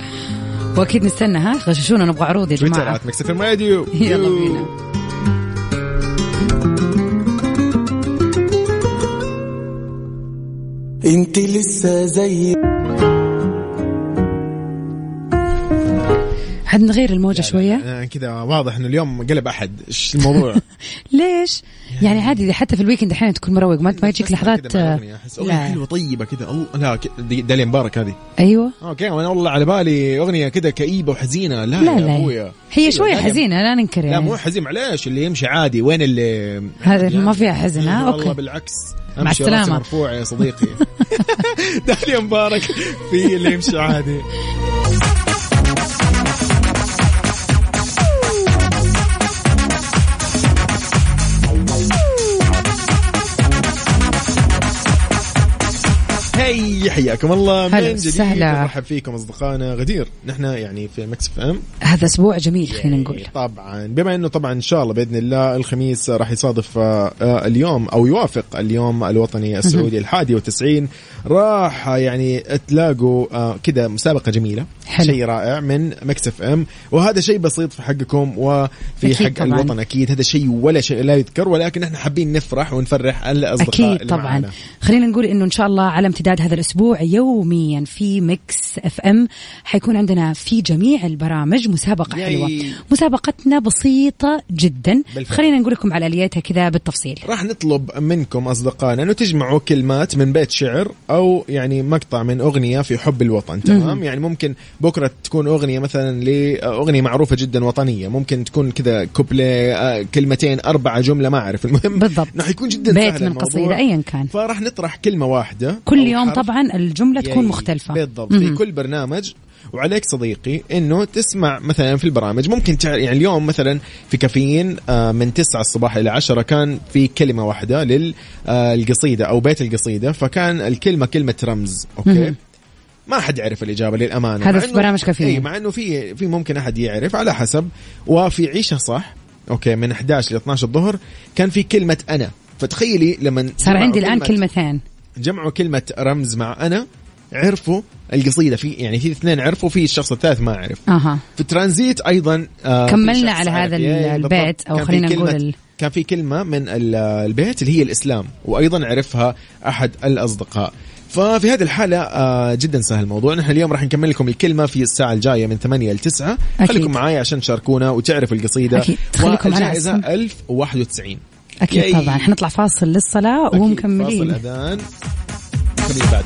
[SPEAKER 2] واكيد نستنى ها غششونا نبغى عروض يا
[SPEAKER 1] تويتر
[SPEAKER 2] جماعه
[SPEAKER 1] آت ميكس اف ام راديو
[SPEAKER 2] يلا
[SPEAKER 1] يو.
[SPEAKER 2] بينا
[SPEAKER 4] انت لسه زي
[SPEAKER 2] حد نغير الموجه شويه
[SPEAKER 1] أنا آه، كذا واضح انه اليوم قلب احد ايش الموضوع
[SPEAKER 2] ليش يعني عادي إذا حتى في الويكند احيانا تكون مروق ما ما يجيك
[SPEAKER 1] أسمع
[SPEAKER 2] لحظات
[SPEAKER 1] كذا مع أغنية، أحس أغنية
[SPEAKER 2] لا.
[SPEAKER 1] حلوه طيبه كذا او لا ك- دي- داليا مبارك هذه
[SPEAKER 2] ايوه
[SPEAKER 1] اوكي انا والله على بالي اغنيه كذا كئيبه وحزينه لا
[SPEAKER 2] لا
[SPEAKER 1] يا
[SPEAKER 2] لا
[SPEAKER 1] ابويا
[SPEAKER 2] هي
[SPEAKER 1] أيوة،
[SPEAKER 2] شويه
[SPEAKER 1] داليا-
[SPEAKER 2] حزينه لا ننكر
[SPEAKER 1] لا مو
[SPEAKER 2] يعني
[SPEAKER 1] حزين معليش اللي يمشي عادي وين اللي
[SPEAKER 2] هذا طيب، ما فيها حزن ها
[SPEAKER 1] والله
[SPEAKER 2] اوكي
[SPEAKER 1] بالعكس
[SPEAKER 2] مع
[SPEAKER 1] امشي راسي
[SPEAKER 2] السلامة.
[SPEAKER 1] مرفوع يا صديقي [LAUGHS] داليا مبارك في اللي يمشي عادي هي حياكم الله من
[SPEAKER 2] هلا
[SPEAKER 1] جديد
[SPEAKER 2] وسهلا.
[SPEAKER 1] نرحب فيكم اصدقائنا غدير نحن يعني في مكس اف ام
[SPEAKER 2] هذا اسبوع جميل خلينا نقول
[SPEAKER 1] طبعا إيه، بما انه طبعا ان شاء الله باذن الله الخميس راح يصادف آه، آه، اليوم او يوافق اليوم الوطني السعودي الحادي والتسعين راح آه، يعني تلاقوا آه، كده مسابقه جميله
[SPEAKER 2] حلو.
[SPEAKER 1] شيء رائع من مكس اف ام وهذا شيء بسيط في حقكم وفي
[SPEAKER 2] أكيد
[SPEAKER 1] حق
[SPEAKER 2] طبعاً.
[SPEAKER 1] الوطن اكيد هذا شيء ولا شيء لا يذكر ولكن احنا حابين نفرح ونفرح الاصدقاء
[SPEAKER 2] اكيد
[SPEAKER 1] اللي
[SPEAKER 2] طبعا
[SPEAKER 1] معانا.
[SPEAKER 2] خلينا نقول انه ان شاء الله على امتداد هذا الاسبوع يوميا في ميكس اف ام حيكون عندنا في جميع البرامج مسابقه
[SPEAKER 1] ياي.
[SPEAKER 2] حلوه مسابقتنا بسيطه جدا
[SPEAKER 1] بالفعل.
[SPEAKER 2] خلينا نقول لكم على اليتها كذا بالتفصيل
[SPEAKER 1] راح نطلب منكم اصدقائنا انه تجمعوا كلمات من بيت شعر او يعني مقطع من اغنيه في حب الوطن تمام يعني ممكن بكره تكون اغنيه مثلا لاغنيه معروفه جدا وطنيه ممكن تكون كذا كوبلي آه، كلمتين اربعه جمله ما اعرف المهم [LAUGHS]
[SPEAKER 2] بالضبط.
[SPEAKER 1] انه حيكون جدا
[SPEAKER 2] بيت
[SPEAKER 1] سهل
[SPEAKER 2] من
[SPEAKER 1] الموضوع.
[SPEAKER 2] قصيدة، أياً كان.
[SPEAKER 1] فراح نطرح كلمه واحده
[SPEAKER 2] كل
[SPEAKER 1] أو
[SPEAKER 2] يوم
[SPEAKER 1] حرف.
[SPEAKER 2] طبعا الجمله تكون
[SPEAKER 1] ياي.
[SPEAKER 2] مختلفه
[SPEAKER 1] بالضبط
[SPEAKER 2] مهم.
[SPEAKER 1] في كل برنامج وعليك صديقي انه تسمع مثلا في البرامج ممكن تع... يعني اليوم مثلا في كافيين آه، من 9 الصباح الى 10 كان في كلمه واحده للقصيده او آه، بيت القصيده فكان الكلمه كلمه رمز اوكي
[SPEAKER 2] مهم.
[SPEAKER 1] ما حد يعرف الاجابه للامانه
[SPEAKER 2] هذا
[SPEAKER 1] مع
[SPEAKER 2] في
[SPEAKER 1] إنه-
[SPEAKER 2] برامج كافيين.
[SPEAKER 1] إيه، مع انه في في ممكن احد يعرف على حسب وفي عيشه صح اوكي من 11 ل 12 الظهر كان في كلمه انا فتخيلي لما
[SPEAKER 2] صار
[SPEAKER 1] جمعوا
[SPEAKER 2] عندي الان
[SPEAKER 1] كلمة
[SPEAKER 2] كلمتين
[SPEAKER 1] جمعوا كلمة رمز مع أنا عرفوا القصيدة في يعني في اثنين عرفوا في الشخص الثالث ما عرف
[SPEAKER 2] اها
[SPEAKER 1] في ترانزيت أيضا آه في
[SPEAKER 2] كملنا
[SPEAKER 1] شخص
[SPEAKER 2] على
[SPEAKER 1] عرف.
[SPEAKER 2] هذا ال-
[SPEAKER 1] ياي، بالضبط.
[SPEAKER 2] البيت أو
[SPEAKER 1] كان في
[SPEAKER 2] خلينا
[SPEAKER 1] كلمة-
[SPEAKER 2] نقول ال-
[SPEAKER 1] كان في كلمة من ال- البيت اللي هي الإسلام وأيضا عرفها أحد الأصدقاء ففي هذه الحالة آه جدا سهل الموضوع نحن اليوم راح نكمل لكم الكلمة في الساعة الجاية من 8 ل 9
[SPEAKER 2] أكيد.
[SPEAKER 1] خليكم معايا عشان تشاركونا وتعرفوا القصيدة
[SPEAKER 2] أكيد. خليكم على
[SPEAKER 1] والجائزة
[SPEAKER 2] أسم.
[SPEAKER 1] 1091
[SPEAKER 2] اكيد
[SPEAKER 1] ياي.
[SPEAKER 2] طبعا حنطلع فاصل للصلاه
[SPEAKER 1] أكيد.
[SPEAKER 2] ومكملين
[SPEAKER 1] فاصل أذان خلينا بعد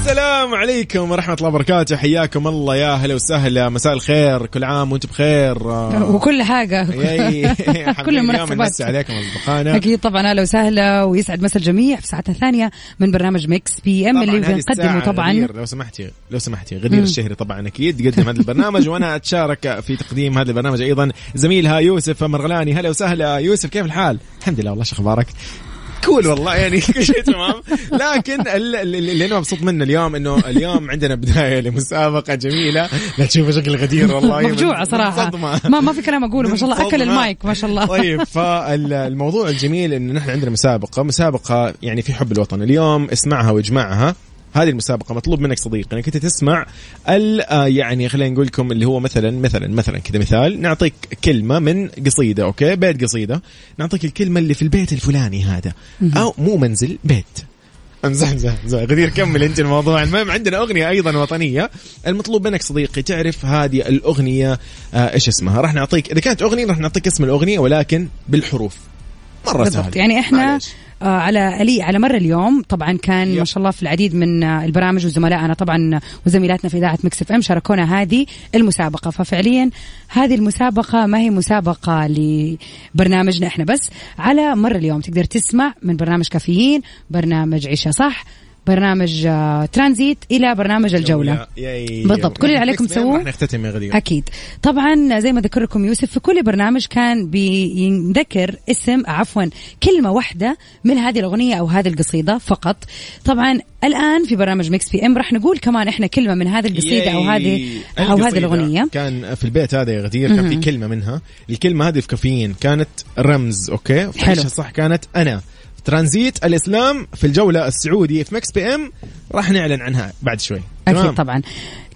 [SPEAKER 1] السلام عليكم ورحمة الله وبركاته حياكم الله يا هلا وسهلا مساء الخير كل عام وانتم بخير
[SPEAKER 2] [LAUGHS] وكل
[SPEAKER 1] [LAUGHS]
[SPEAKER 2] حاجه
[SPEAKER 1] كل
[SPEAKER 2] [LAUGHS] كل
[SPEAKER 1] اليوم
[SPEAKER 2] المناسبات
[SPEAKER 1] نمسي عليكم أصدقائنا
[SPEAKER 2] اكيد طبعا اهلا وسهلا ويسعد مسا الجميع في ساعتنا الثانيه من برنامج ميكس بي ام
[SPEAKER 1] طبعاً
[SPEAKER 2] اللي
[SPEAKER 1] هذه
[SPEAKER 2] بنقدمه
[SPEAKER 1] الساعة
[SPEAKER 2] طبعا
[SPEAKER 1] غدير لو سمحتي لو سمحتي غدير الشهري طبعا اكيد قدم هذا
[SPEAKER 2] [LAUGHS]
[SPEAKER 1] البرنامج وانا اتشارك في تقديم هذا البرنامج ايضا زميلها يوسف مرغلاني هلا وسهلا يوسف كيف الحال؟ الحمد لله والله شو اخبارك؟ كول والله يعني [LAUGHS] كل شيء تمام لكن ال- ال- اللي انا مبسوط منه اليوم انه اليوم عندنا بدايه لمسابقه جميله لا تشوفوا شكل غدير
[SPEAKER 2] [LAUGHS]
[SPEAKER 1] والله
[SPEAKER 2] مفجوعه
[SPEAKER 1] من-
[SPEAKER 2] صراحه
[SPEAKER 1] من صدمة.
[SPEAKER 2] ما ما في كلام اقوله ما شاء الله اكل
[SPEAKER 1] طيب، صدمة.
[SPEAKER 2] المايك ما شاء الله [LAUGHS]
[SPEAKER 1] طيب فالموضوع الجميل انه نحن عندنا مسابقه مسابقه يعني في حب الوطن اليوم اسمعها واجمعها هذه المسابقة مطلوب منك صديقي انك انت تسمع ال آه، يعني خلينا نقول لكم اللي هو مثلا مثلا مثلا كذا مثال نعطيك كلمة من قصيدة اوكي بيت قصيدة نعطيك الكلمة اللي في البيت الفلاني هذا او مو منزل بيت امزح امزح امزح غدير كمل انت الموضوع المهم عندنا اغنيه ايضا وطنيه المطلوب منك صديقي تعرف هذه الاغنيه آه، ايش اسمها راح نعطيك اذا كانت اغنيه راح نعطيك اسم الاغنيه ولكن بالحروف مره
[SPEAKER 2] بالضبط
[SPEAKER 1] سهل
[SPEAKER 2] يعني احنا
[SPEAKER 1] معليش.
[SPEAKER 2] آه على الي على مر اليوم طبعا كان
[SPEAKER 1] يب.
[SPEAKER 2] ما شاء الله في العديد من آه، البرامج وزملائنا طبعا وزميلاتنا في اذاعه مكس اف ام شاركونا هذه المسابقه ففعليا هذه المسابقه ما هي مسابقه لبرنامجنا احنا بس على مر اليوم تقدر تسمع من برنامج كافيين برنامج عيشه صح برنامج آه ترانزيت الى برنامج الجوله
[SPEAKER 1] ياي.
[SPEAKER 2] بالضبط. كل اللي عليكم
[SPEAKER 1] Next man
[SPEAKER 2] تسووه-
[SPEAKER 1] راح نختتم يا غدير
[SPEAKER 2] أكيد طبعا زي ما ذكركم يوسف في كل برنامج كان بينذكر اسم عفوا كلمة واحدة من هذه الأغنية أو هذه القصيدة فقط طبعا الآن في برنامج ميكس بي إم راح نقول كمان إحنا كلمة من هذه القصيدة أو هذه
[SPEAKER 1] ياي.
[SPEAKER 2] أو هذه
[SPEAKER 1] القصيدة
[SPEAKER 2] الأغنية
[SPEAKER 1] كان في البيت هذا يا غدير كان في كلمه منها الكلمه هذه في كافيين كانت رمز اوكي
[SPEAKER 2] حلو.
[SPEAKER 1] فايش صح كانت انا ترانزيت الاسلام في الجوله السعودي في مكس بي ام راح نعلن عنها بعد شوي
[SPEAKER 2] أكيد طبعا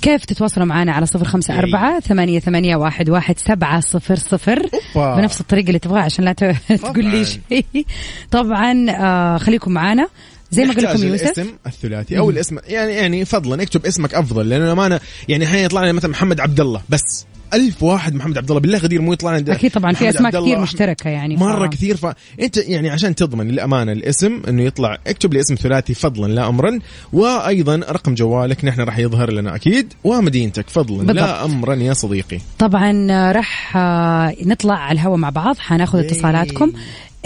[SPEAKER 2] كيف تتواصلوا معنا على صفر خمسة أربعة ثمانية, ثمانية واحد, واحد سبعة صفر صفر
[SPEAKER 1] أوبا.
[SPEAKER 2] بنفس الطريقة اللي تبغاها عشان لا ت- [LAUGHS] تقول لي شيء طبعا آه خليكم معنا زي ما قلت
[SPEAKER 1] نحتاج
[SPEAKER 2] لكم يوسف
[SPEAKER 1] الاسم الثلاثي او الاسم يعني يعني فضلا اكتب اسمك افضل لانه ما انا يعني احيانا يطلع لنا مثلا محمد عبد الله بس ألف واحد محمد عبد الله بالله غدير مو يطلع لنا
[SPEAKER 2] أكيد طبعاً، في
[SPEAKER 1] محمد
[SPEAKER 2] أسماء
[SPEAKER 1] عبد الله،
[SPEAKER 2] كثير
[SPEAKER 1] أحمد-
[SPEAKER 2] مشتركة يعني،
[SPEAKER 1] مره
[SPEAKER 2] ف-
[SPEAKER 1] كثير فانت يعني عشان تضمن للامانه الاسم انه يطلع اكتب لي اسم ثلاثي فضلا لا امرا وايضا رقم جوالك نحن راح يظهر لنا اكيد ومدينتك فضلا
[SPEAKER 2] بالضبط.
[SPEAKER 1] لا امرا يا صديقي
[SPEAKER 2] طبعا آه، راح آه، نطلع على الهواء مع بعض
[SPEAKER 1] إيه.
[SPEAKER 2] حناخذ اتصالاتكم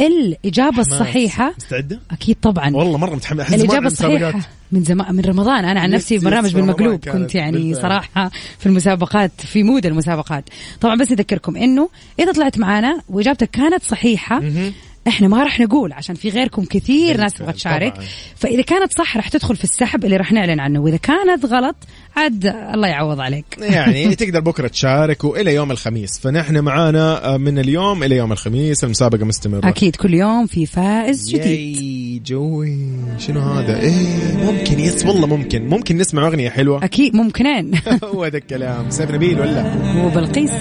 [SPEAKER 2] الإجابة الصحيحة
[SPEAKER 1] مستعده
[SPEAKER 2] أكيد طبعا
[SPEAKER 1] والله مره متحمس أحس مرة
[SPEAKER 2] الإجابة
[SPEAKER 1] مسابقات.
[SPEAKER 2] الصحيحة من زمان من رمضان أنا عن
[SPEAKER 1] يس،
[SPEAKER 2] نفسي
[SPEAKER 1] يس،
[SPEAKER 2] برنامج
[SPEAKER 1] في رمضان
[SPEAKER 2] بالمقلوب
[SPEAKER 1] كانت
[SPEAKER 2] كنت يعني
[SPEAKER 1] بالفعل.
[SPEAKER 2] صراحة في المسابقات في مود المسابقات طبعا بس أذكركم إنه إذا طلعت معنا وإجابتك كانت صحيحة احنا ما راح نقول عشان في غيركم كثير ناس تبغى
[SPEAKER 1] بالفعل،
[SPEAKER 2] تشارك
[SPEAKER 1] طبعاً.
[SPEAKER 2] فاذا كانت صح راح تدخل في السحب اللي راح نعلن عنه واذا كانت غلط عاد الله يعوض عليك
[SPEAKER 1] يعني [LAUGHS] تقدر بكره تشارك والى يوم الخميس فنحن معانا آه، من اليوم الى يوم الخميس المسابقه مستمره
[SPEAKER 2] اكيد كل يوم في فائز جديد
[SPEAKER 1] ياي جوي شنو هذا ايه ممكن يس والله ممكن ممكن نسمع اغنيه حلوه
[SPEAKER 2] اكيد ممكنين
[SPEAKER 1] [LAUGHS] هو ذا الكلام سيف نبيل ولا
[SPEAKER 2] وبلقيس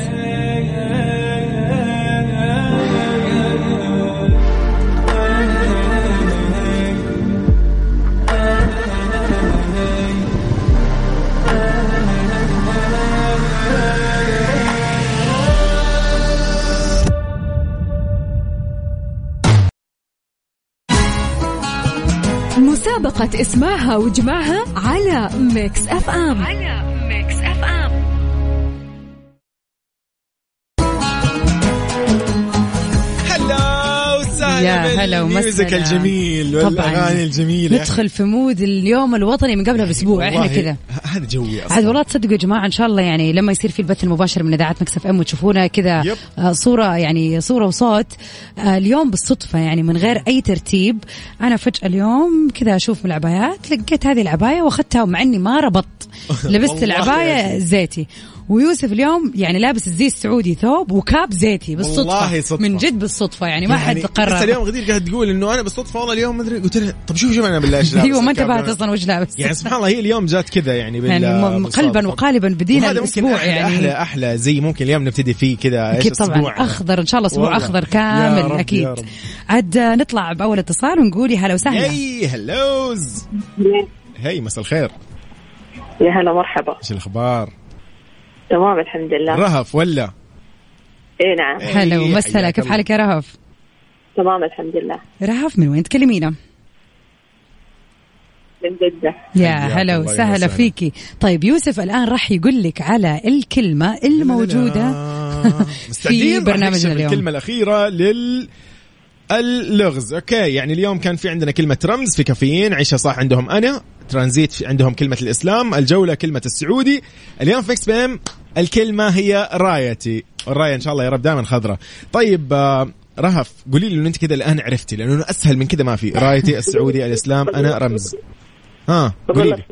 [SPEAKER 6] مسابقة اسمعها وجمعها على ميكس اف ام على ميكس اف ام
[SPEAKER 1] هلا وسهلا
[SPEAKER 2] يا هلا ومسهلا.
[SPEAKER 1] بالميوزك الجميل والاغاني الجميله
[SPEAKER 2] ندخل في مود اليوم الوطني من قبلها باسبوع احنا
[SPEAKER 1] والله
[SPEAKER 2] كذا
[SPEAKER 1] ه- هذا جوي
[SPEAKER 2] عاد
[SPEAKER 1] اصلا
[SPEAKER 2] والله تصدقوا يا جماعه ان شاء الله يعني لما يصير في البث المباشر من اذاعه مكسف ام وتشوفونا كذا
[SPEAKER 1] يب.
[SPEAKER 2] آه، صوره يعني صوره وصوت آه، اليوم بالصدفه يعني من غير اي ترتيب انا فجاه اليوم كذا اشوف العبايات لقيت هذه العبايه واخذتها مع اني ما
[SPEAKER 1] [LAUGHS]
[SPEAKER 2] ربطت لبست
[SPEAKER 1] والله يا
[SPEAKER 2] العبايه زيتي ويوسف اليوم يعني لابس الزي السعودي ثوب وكاب زيتي
[SPEAKER 1] والله
[SPEAKER 2] بالصدفه
[SPEAKER 1] صدفة.
[SPEAKER 2] من جد بالصدفه يعني ما حد
[SPEAKER 1] يعني لسه
[SPEAKER 2] قرر [LAUGHS]
[SPEAKER 1] اليوم غدير قاعد تقول انه انا بالصدفه والله اليوم مدري قلت لها طب شوف شوف انا بالله ايش
[SPEAKER 2] [LAUGHS]
[SPEAKER 1] لابس
[SPEAKER 2] ايوه ما
[SPEAKER 1] الكاب
[SPEAKER 2] انتبهت
[SPEAKER 1] ده.
[SPEAKER 2] اصلا وش لابس
[SPEAKER 1] يعني سبحان الله هي اليوم جات كذا يعني بال-
[SPEAKER 2] يعني م-
[SPEAKER 1] بالصدفة.
[SPEAKER 2] قلبا وقالبا بدينا
[SPEAKER 1] وهذا ممكن
[SPEAKER 2] الاسبوع
[SPEAKER 1] أحلى
[SPEAKER 2] يعني
[SPEAKER 1] احلى احلى زي ممكن اليوم نبتدي فيه كذا ايش
[SPEAKER 2] اكيد طبعا
[SPEAKER 1] أسبوعنا.
[SPEAKER 2] اخضر ان شاء الله اسبوع
[SPEAKER 1] والله.
[SPEAKER 2] اخضر
[SPEAKER 1] يا
[SPEAKER 2] كامل
[SPEAKER 1] رب، يا
[SPEAKER 2] اكيد
[SPEAKER 1] رب.
[SPEAKER 2] عاد نطلع باول اتصال ونقول يا هلا وسهلا
[SPEAKER 1] هي هلوز هي مساء الخير
[SPEAKER 7] يا هلا مرحبا
[SPEAKER 1] ايش الاخبار
[SPEAKER 7] تمام الحمد لله
[SPEAKER 1] رهف ولا
[SPEAKER 7] اي نعم
[SPEAKER 2] هلا
[SPEAKER 1] هي،
[SPEAKER 2] ومسهلا
[SPEAKER 1] حياك
[SPEAKER 2] كيف
[SPEAKER 1] الله.
[SPEAKER 2] حالك يا رهف؟
[SPEAKER 7] تمام الحمد لله
[SPEAKER 2] رهف من وين تكلمينا؟
[SPEAKER 7] من جدة
[SPEAKER 2] يا
[SPEAKER 1] حياك
[SPEAKER 2] هلا
[SPEAKER 1] الله، يا
[SPEAKER 2] وسهلا
[SPEAKER 1] وسهلا.
[SPEAKER 2] فيكي طيب يوسف الان راح يقول لك على الكلمه الموجوده [LAUGHS]
[SPEAKER 1] مستعدين راح
[SPEAKER 2] برنامجنا
[SPEAKER 1] نكشف
[SPEAKER 2] اليوم.
[SPEAKER 1] الكلمه الاخيره لل اللغز اوكي يعني اليوم كان في عندنا كلمه رمز في كافيين عيشها صح عندهم انا ترانزيت في عندهم كلمه الاسلام الجوله كلمه السعودي اليوم فيكس بام الكلمه هي رايتي الرايه ان شاء الله يا رب دائما خضراء طيب آه، رهف قولي لي انه انت كذا الان عرفتي لانه اسهل من كذا ما في رايتي السعودي الاسلام انا رمز ها قولي
[SPEAKER 7] بقول [LAUGHS]
[SPEAKER 1] لي
[SPEAKER 7] لك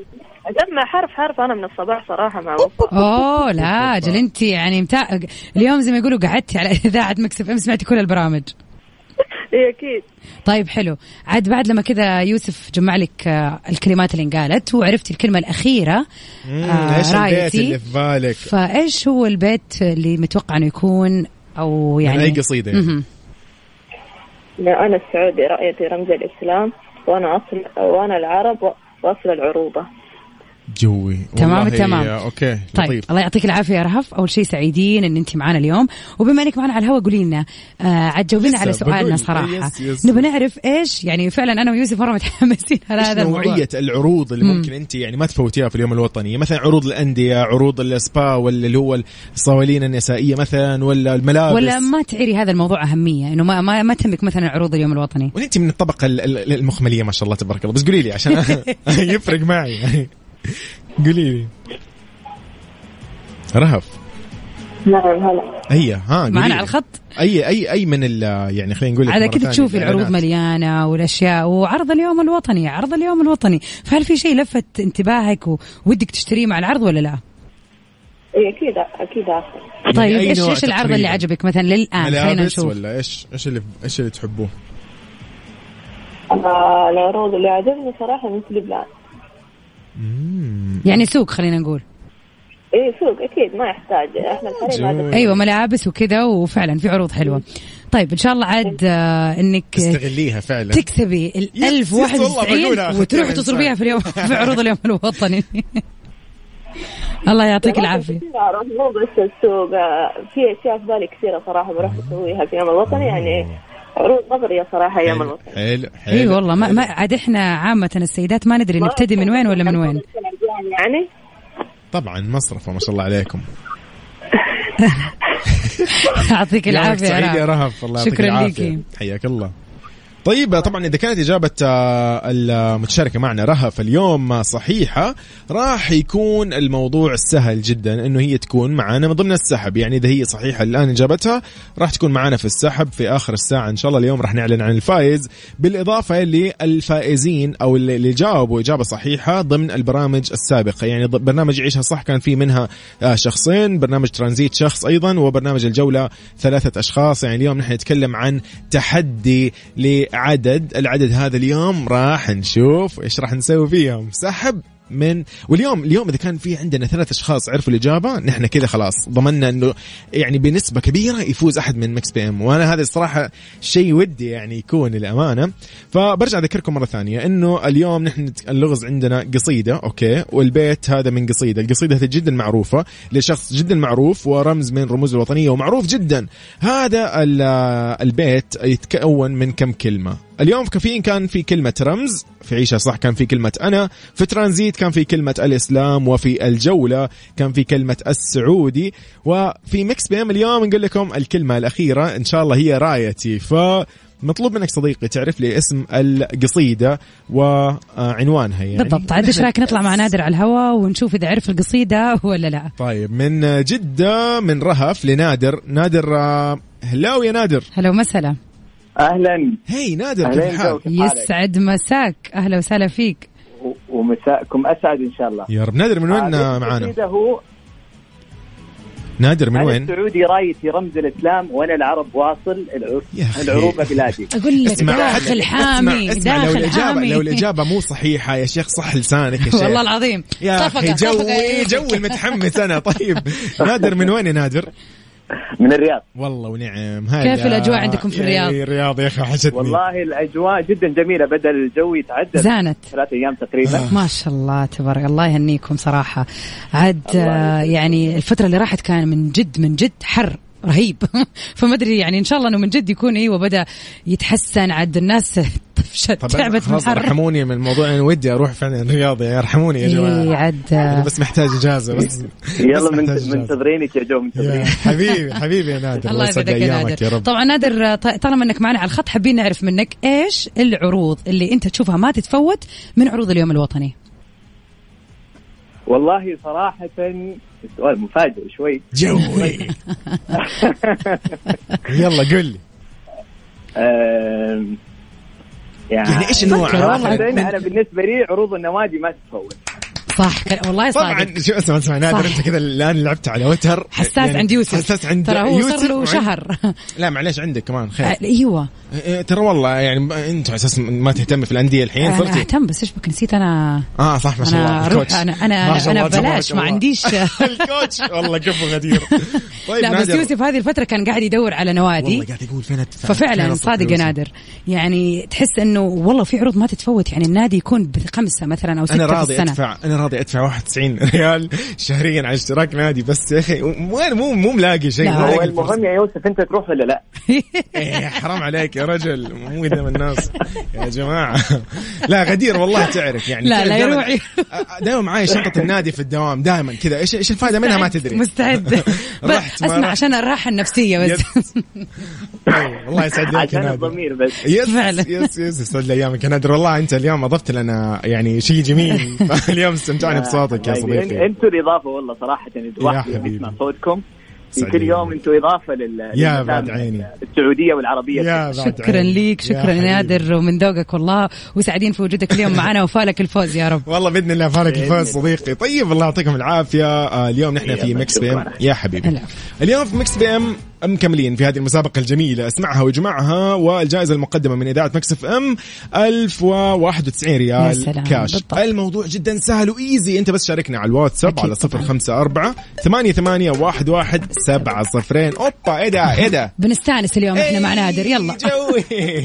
[SPEAKER 7] اجمع حرف حرف انا من الصباح صراحة مع وفاء
[SPEAKER 2] اوه لا
[SPEAKER 1] [LAUGHS]
[SPEAKER 2] اجل انت يعني متاع... اليوم زي ما يقولوا قعدتي على [LAUGHS] اذاعه مكسف ام سمعتي كل البرامج
[SPEAKER 7] اي اكيد
[SPEAKER 2] طيب حلو عاد بعد لما كذا يوسف جمع لك آه، الكلمات اللي انقالت وعرفتي الكلمه الاخيره
[SPEAKER 1] مم،
[SPEAKER 2] آه،
[SPEAKER 1] ايش البيت
[SPEAKER 2] رايتي.
[SPEAKER 1] اللي في بالك
[SPEAKER 2] فايش هو البيت اللي متوقع انه يكون او
[SPEAKER 1] يعني
[SPEAKER 2] يعني
[SPEAKER 1] من اي قصيده يعني.
[SPEAKER 2] مهم.
[SPEAKER 7] لا، انا السعودي رأيتي رمز الاسلام وانا اصل وانا العرب و- واصل العروبة
[SPEAKER 1] جوي
[SPEAKER 2] تمام
[SPEAKER 1] والله
[SPEAKER 2] التمام.
[SPEAKER 1] اوكي
[SPEAKER 2] طيب
[SPEAKER 1] لطيف
[SPEAKER 2] الله يعطيك العافيه يا رهف اول شيء سعيدين ان انت معنا اليوم وبما انك معنا على الهواء قولي لنا آه عاد جاوبينا
[SPEAKER 1] لسه
[SPEAKER 2] على سؤالنا
[SPEAKER 1] بقول.
[SPEAKER 2] صراحه
[SPEAKER 1] يس- يس.
[SPEAKER 2] نبغى نعرف ايش يعني فعلا انا ويوسف مره متحمسين على
[SPEAKER 1] ايش
[SPEAKER 2] هذا الموضوع
[SPEAKER 1] نوعية العروض اللي ممكن انت يعني ما تفوتيها في اليوم الوطني مثلا عروض الاندية عروض السبا ولا اللي هو الصوالين النسائية مثلا ولا الملابس
[SPEAKER 2] ولا ما تعيري هذا الموضوع اهميه انه ما ما, ما تهمك مثلا عروض اليوم الوطني
[SPEAKER 1] وانت من الطبقة ال- ال- المخملية ما شاء الله تبارك الله بس قولي لي
[SPEAKER 2] [LAUGHS]
[SPEAKER 1] عشان [LAUGHS] يفرق معي يعني قولي لي رهف
[SPEAKER 7] نعم هلا
[SPEAKER 1] هي ها قولي
[SPEAKER 2] معنا
[SPEAKER 1] لي.
[SPEAKER 2] على الخط
[SPEAKER 1] اي اي اي من ال يعني خلينا نقول لك
[SPEAKER 2] على
[SPEAKER 1] مرة
[SPEAKER 2] كذا
[SPEAKER 1] ثانية
[SPEAKER 2] تشوفي العروض
[SPEAKER 1] الإعلانات.
[SPEAKER 2] مليانه والاشياء وعرض اليوم الوطني عرض اليوم الوطني فهل في شيء لفت انتباهك وودك تشتريه مع العرض ولا لا؟
[SPEAKER 7] اي اكيد اكيد اخر
[SPEAKER 2] طيب
[SPEAKER 1] يعني أي
[SPEAKER 2] ايش
[SPEAKER 1] نوع
[SPEAKER 2] ايش العرض اللي
[SPEAKER 1] تقريباً؟
[SPEAKER 2] عجبك مثلا للان خلينا
[SPEAKER 1] ملابس
[SPEAKER 2] نشوف
[SPEAKER 1] ولا ايش ايش اللي ايش اللي تحبوه
[SPEAKER 7] آه، العروض اللي عجبني صراحة من كليبلاند
[SPEAKER 2] يعني سوق خلينا نقول
[SPEAKER 7] ايه سوق اكيد ما يحتاج احنا الحريم
[SPEAKER 1] إيه.
[SPEAKER 7] هذا
[SPEAKER 2] ايوه ملابس وكذا وفعلا في عروض حلوه طيب ان شاء الله عاد آه، انك
[SPEAKER 1] استغليها فعلا
[SPEAKER 2] تكسبي ال
[SPEAKER 1] يس- يس، والله
[SPEAKER 2] 1091
[SPEAKER 1] بقولها.
[SPEAKER 2] وتروحي تصرفيها في اليوم في عروض اليوم الوطني [LAUGHS] الله يعطيك العافيه
[SPEAKER 7] صراحة كثير مو بس السوق آه، في اشياء في بالي كثيرة صراحة بروح اسويها في يوم الوطني يعني عروض نظرية صراحة
[SPEAKER 2] يعني
[SPEAKER 7] يوم
[SPEAKER 1] حلو
[SPEAKER 7] الوطني
[SPEAKER 1] حلو حلو.
[SPEAKER 2] اي والله ما, ما عاد احنا عامه السيدات ما ندري نبتدي من وين ولا من وين
[SPEAKER 7] يعني
[SPEAKER 1] طبعا مصرفه ما شاء الله عليكم
[SPEAKER 2] [LAUGHS] يعطيك
[SPEAKER 1] يومك
[SPEAKER 2] العافيه يا
[SPEAKER 1] سعيد يا
[SPEAKER 2] رهف.
[SPEAKER 1] رهف الله يعطيك
[SPEAKER 2] شكراً
[SPEAKER 1] العافية.
[SPEAKER 2] ليكي.
[SPEAKER 1] حياك الله طيب طبعا اذا كانت اجابه آه، المتشاركه معنا رهف اليوم صحيحه راح يكون الموضوع سهل جدا انه هي تكون معنا من ضمن السحب يعني اذا هي صحيحه الان اجابتها راح تكون معنا في السحب في اخر الساعه ان شاء الله اليوم راح نعلن عن الفائز بالاضافه للفائزين او اللي اللي جاوبوا اجابه صحيحه ضمن البرامج السابقه يعني ض- برنامج عيشها صح كان في منها آه، شخصين برنامج ترانزيت شخص ايضا وبرنامج الجوله ثلاثه اشخاص يعني اليوم نحن نتكلم عن تحدي لعدد العدد هذا اليوم راح نشوف ايش راح نسوي فيهم سحب من واليوم اليوم اذا كان في عندنا ثلاث اشخاص عرفوا الاجابه نحن كذا خلاص ضمننا انه يعني بنسبه كبيره يفوز احد من مكس بي ام وانا هذا الصراحه شيء ودي يعني يكون الامانه فبرجع اذكركم مره ثانيه انه اليوم نحن نت- اللغز عندنا قصيده اوكي والبيت هذا من قصيده القصيده هذه جدا معروفه لشخص جدا معروف ورمز من رموز الوطنيه ومعروف جدا هذا ال- البيت يتكون من كم كلمه اليوم في كافيين كان في كلمة رمز في عيشة صح كان في كلمة أنا في ترانزيت كان في كلمة الإسلام وفي الجولة كان في كلمة السعودي وفي ميكس بي ام اليوم نقول لكم الكلمة الأخيرة إن شاء الله هي رايتي ف مطلوب منك صديقي تعرف لي اسم القصيدة وعنوانها يعني
[SPEAKER 2] بالضبط عاد ايش رايك [LAUGHS] نطلع مع نادر على الهواء ونشوف اذا عرف القصيده ولا لا
[SPEAKER 1] طيب من جدة من رهف لنادر نادر آه، هلاو يا نادر
[SPEAKER 2] هلا ومسهلا
[SPEAKER 8] اهلا
[SPEAKER 1] هي نادر كيف
[SPEAKER 8] اهلين جو،
[SPEAKER 1] حالك
[SPEAKER 8] كيف حالك؟
[SPEAKER 2] يسعد مساك اهلا وسهلا فيك
[SPEAKER 8] و- ومساءكم اسعد ان شاء الله
[SPEAKER 1] يا رب نادر من وين آه، معانا
[SPEAKER 8] القصيدة هو
[SPEAKER 1] نادر من
[SPEAKER 8] انا
[SPEAKER 1] وين
[SPEAKER 8] السعودي رايتي رمز الاسلام وانا العرب واصل العر-
[SPEAKER 1] يا أخي.
[SPEAKER 8] العروبه بلادي
[SPEAKER 2] اقول لك
[SPEAKER 1] اسمع
[SPEAKER 2] داخل حامي
[SPEAKER 1] اسمع, اسمع لو
[SPEAKER 2] داخل
[SPEAKER 1] الاجابه
[SPEAKER 2] [LAUGHS] حامي
[SPEAKER 1] لو الاجابه مو صحيحه يا شيخ صح لسانك يا شيخ
[SPEAKER 2] [LAUGHS] والله العظيم
[SPEAKER 1] يا اخي
[SPEAKER 2] صفقة،
[SPEAKER 1] جوي
[SPEAKER 2] صفقة. [LAUGHS]
[SPEAKER 1] جوي المتحمس انا طيب نادر من وين يا نادر؟ [LAUGHS]
[SPEAKER 8] من الرياض
[SPEAKER 1] والله ونعم هلا
[SPEAKER 2] كيف الأجواء عندكم في
[SPEAKER 1] يا
[SPEAKER 2] الرياض؟
[SPEAKER 1] الرياض يا اخي وحشتني
[SPEAKER 8] والله الاجواء جدا جميله بدا الجو يتعدل
[SPEAKER 2] زانت
[SPEAKER 8] ثلاث ايام تقريبا
[SPEAKER 1] آه.
[SPEAKER 2] ما شاء الله تبارك الله يهنيكم صراحة عاد آه، يعني الفترة اللي راحت كان من جد من جد حر رهيب [LAUGHS] فما ادري يعني ان شاء الله انه من جد يكون ايوه بدا يتحسن عاد الناس [LAUGHS] طفشت
[SPEAKER 1] طب
[SPEAKER 2] تعبت من
[SPEAKER 1] طيب، خلاص
[SPEAKER 2] الحر
[SPEAKER 1] ارحموني من الموضوع انا ودي اروح فعلا الرياض يا ارحموني يا
[SPEAKER 2] إيه،
[SPEAKER 1] جماعه
[SPEAKER 2] عاد
[SPEAKER 1] أنا
[SPEAKER 2] آه،
[SPEAKER 1] بس محتاج اجازه بس
[SPEAKER 8] يلا
[SPEAKER 1] [LAUGHS] بس
[SPEAKER 8] من-
[SPEAKER 1] محتاج إجازة.
[SPEAKER 8] منتظرينك يا جو
[SPEAKER 1] يا
[SPEAKER 8] منتظرينك
[SPEAKER 1] حبيبي حبيبي يا نادر
[SPEAKER 2] الله
[SPEAKER 1] يسعد
[SPEAKER 2] يسعدك يا
[SPEAKER 1] ايامك يا
[SPEAKER 2] نادر
[SPEAKER 1] رب
[SPEAKER 2] طبعا نادر ط- طالما انك معنا على الخط حابين نعرف منك ايش العروض اللي انت تشوفها ما تتفوت من عروض اليوم الوطني
[SPEAKER 8] والله صراحه السؤال مفاجئ شوي
[SPEAKER 1] جوي يلا قل لي
[SPEAKER 8] آم،
[SPEAKER 1] يعني ايش النوع؟
[SPEAKER 8] صراحة
[SPEAKER 1] عرفت؟
[SPEAKER 8] انا بالنسبه لي عروض النوادي ما تتفوت
[SPEAKER 2] صح كان- والله صادق
[SPEAKER 1] طبعا شو اسمع اسمع نادر
[SPEAKER 2] صح.
[SPEAKER 1] انت كذا الان لعبت على وتر
[SPEAKER 2] حساس عند يوسف
[SPEAKER 1] يعني حساس عند
[SPEAKER 2] ترى هو
[SPEAKER 1] يوسف طيب.
[SPEAKER 2] صار له
[SPEAKER 1] وعند-
[SPEAKER 2] شهر
[SPEAKER 1] لا معليش عندك كمان خير
[SPEAKER 2] [LAUGHS] آه، ايوه
[SPEAKER 1] إيه، ترى والله يعني ب- انت على اساس ما تهتم في الانديه الحين
[SPEAKER 2] انا
[SPEAKER 1] صرتي
[SPEAKER 2] اهتم بس ايش بك نسيت انا
[SPEAKER 1] اه صح ما شاء الله
[SPEAKER 2] انا اروح
[SPEAKER 1] الكوتش.
[SPEAKER 2] انا انا
[SPEAKER 1] ما شاء
[SPEAKER 2] انا
[SPEAKER 1] الله، تبارك
[SPEAKER 2] ببلاش ما
[SPEAKER 1] الله.
[SPEAKER 2] عنديش
[SPEAKER 1] [LAUGHS] الكوتش والله كفو غدير طيب
[SPEAKER 2] [LAUGHS] لا بس
[SPEAKER 1] نادر،
[SPEAKER 2] يوسف هذه الفتره كان قاعد يدور على نوادي
[SPEAKER 1] والله قاعد يقول فين أدفع؟ فين
[SPEAKER 2] ففعلا
[SPEAKER 1] أصرف
[SPEAKER 2] صادق يا
[SPEAKER 1] فلوسي؟
[SPEAKER 2] نادر يعني تحس انه والله في عروض ما تتفوت يعني النادي يكون بخمسه مثلا
[SPEAKER 1] انا
[SPEAKER 2] او سته في
[SPEAKER 1] راضي
[SPEAKER 2] السنه
[SPEAKER 1] ادفع انا راضي ادفع 91 ريال [LAUGHS] شهريا على اشتراك نادي بس يا اخي مو مو مو ملاقي شيء
[SPEAKER 2] لا،
[SPEAKER 1] مو
[SPEAKER 2] هو
[SPEAKER 8] هو
[SPEAKER 1] ملاقي
[SPEAKER 8] المهم
[SPEAKER 1] الفرصة.
[SPEAKER 8] يا يوسف انت تروح ولا لا؟
[SPEAKER 1] إيه، حرام عليك يا رجل مو قدام الناس يا جماعه لا غدير والله تعرف يعني
[SPEAKER 2] لا، لا،
[SPEAKER 1] دايماً-
[SPEAKER 2] يروح.
[SPEAKER 1] دايما معي شنطه النادي في الدوام دائما كذا ايش ايش الفائده منها ما تدري [LAUGHS]
[SPEAKER 2] مستعد بس
[SPEAKER 1] رحت، ما
[SPEAKER 2] اسمع
[SPEAKER 1] رحت.
[SPEAKER 2] عشان الراحه النفسيه بس [LAUGHS]
[SPEAKER 1] أيوة، والله يسعد لك يا
[SPEAKER 8] عشان
[SPEAKER 1] نادر
[SPEAKER 8] الضمير بس
[SPEAKER 1] يس
[SPEAKER 2] فعلا.
[SPEAKER 1] يس يس يسعد لي ايامك يا نادر والله انت اليوم اضفت لنا يعني شيء
[SPEAKER 2] [LAUGHS]
[SPEAKER 1] جميل اليوم استمتعنا بصوتك يا
[SPEAKER 8] يعني
[SPEAKER 1] صديقي
[SPEAKER 8] انتوا الاضافه والله صراحه الواحد
[SPEAKER 1] حبيبي.
[SPEAKER 8] يسمع صوتكم في كل يوم انتم اضافه لل
[SPEAKER 1] يا
[SPEAKER 8] للمسام
[SPEAKER 1] بعد عيني.
[SPEAKER 8] السعوديه والعربيه
[SPEAKER 1] يا بعد
[SPEAKER 2] شكرا
[SPEAKER 1] عيني.
[SPEAKER 2] ليك
[SPEAKER 1] يا
[SPEAKER 2] شكرا
[SPEAKER 1] حبيبي.
[SPEAKER 2] نادر ومن ذوقك والله وسعيدين في وجودك اليوم معنا وفالك الفوز يا رب
[SPEAKER 1] [LAUGHS] والله باذن الله فارق الفوز صديقي طيب الله يعطيكم العافيه آه، اليوم نحن في ميكس بي ام يا حبيبي
[SPEAKER 2] هلا.
[SPEAKER 1] اليوم في ميكس بي ام مكملين في هذه المسابقه الجميله اسمعها واجمعها والجائزه المقدمه من اذاعه مكس اف ام 1091
[SPEAKER 2] يا
[SPEAKER 1] ريال
[SPEAKER 2] سلام،
[SPEAKER 1] كاش
[SPEAKER 2] بالضبط.
[SPEAKER 1] الموضوع جدا سهل وايزي انت بس شاركنا على الواتساب
[SPEAKER 2] أكيد
[SPEAKER 1] على 054 88 11700 اوبا ايه ده ايه ده
[SPEAKER 2] بنستانس اليوم احنا
[SPEAKER 1] إيه،
[SPEAKER 2] مع نادر يلا
[SPEAKER 1] جوي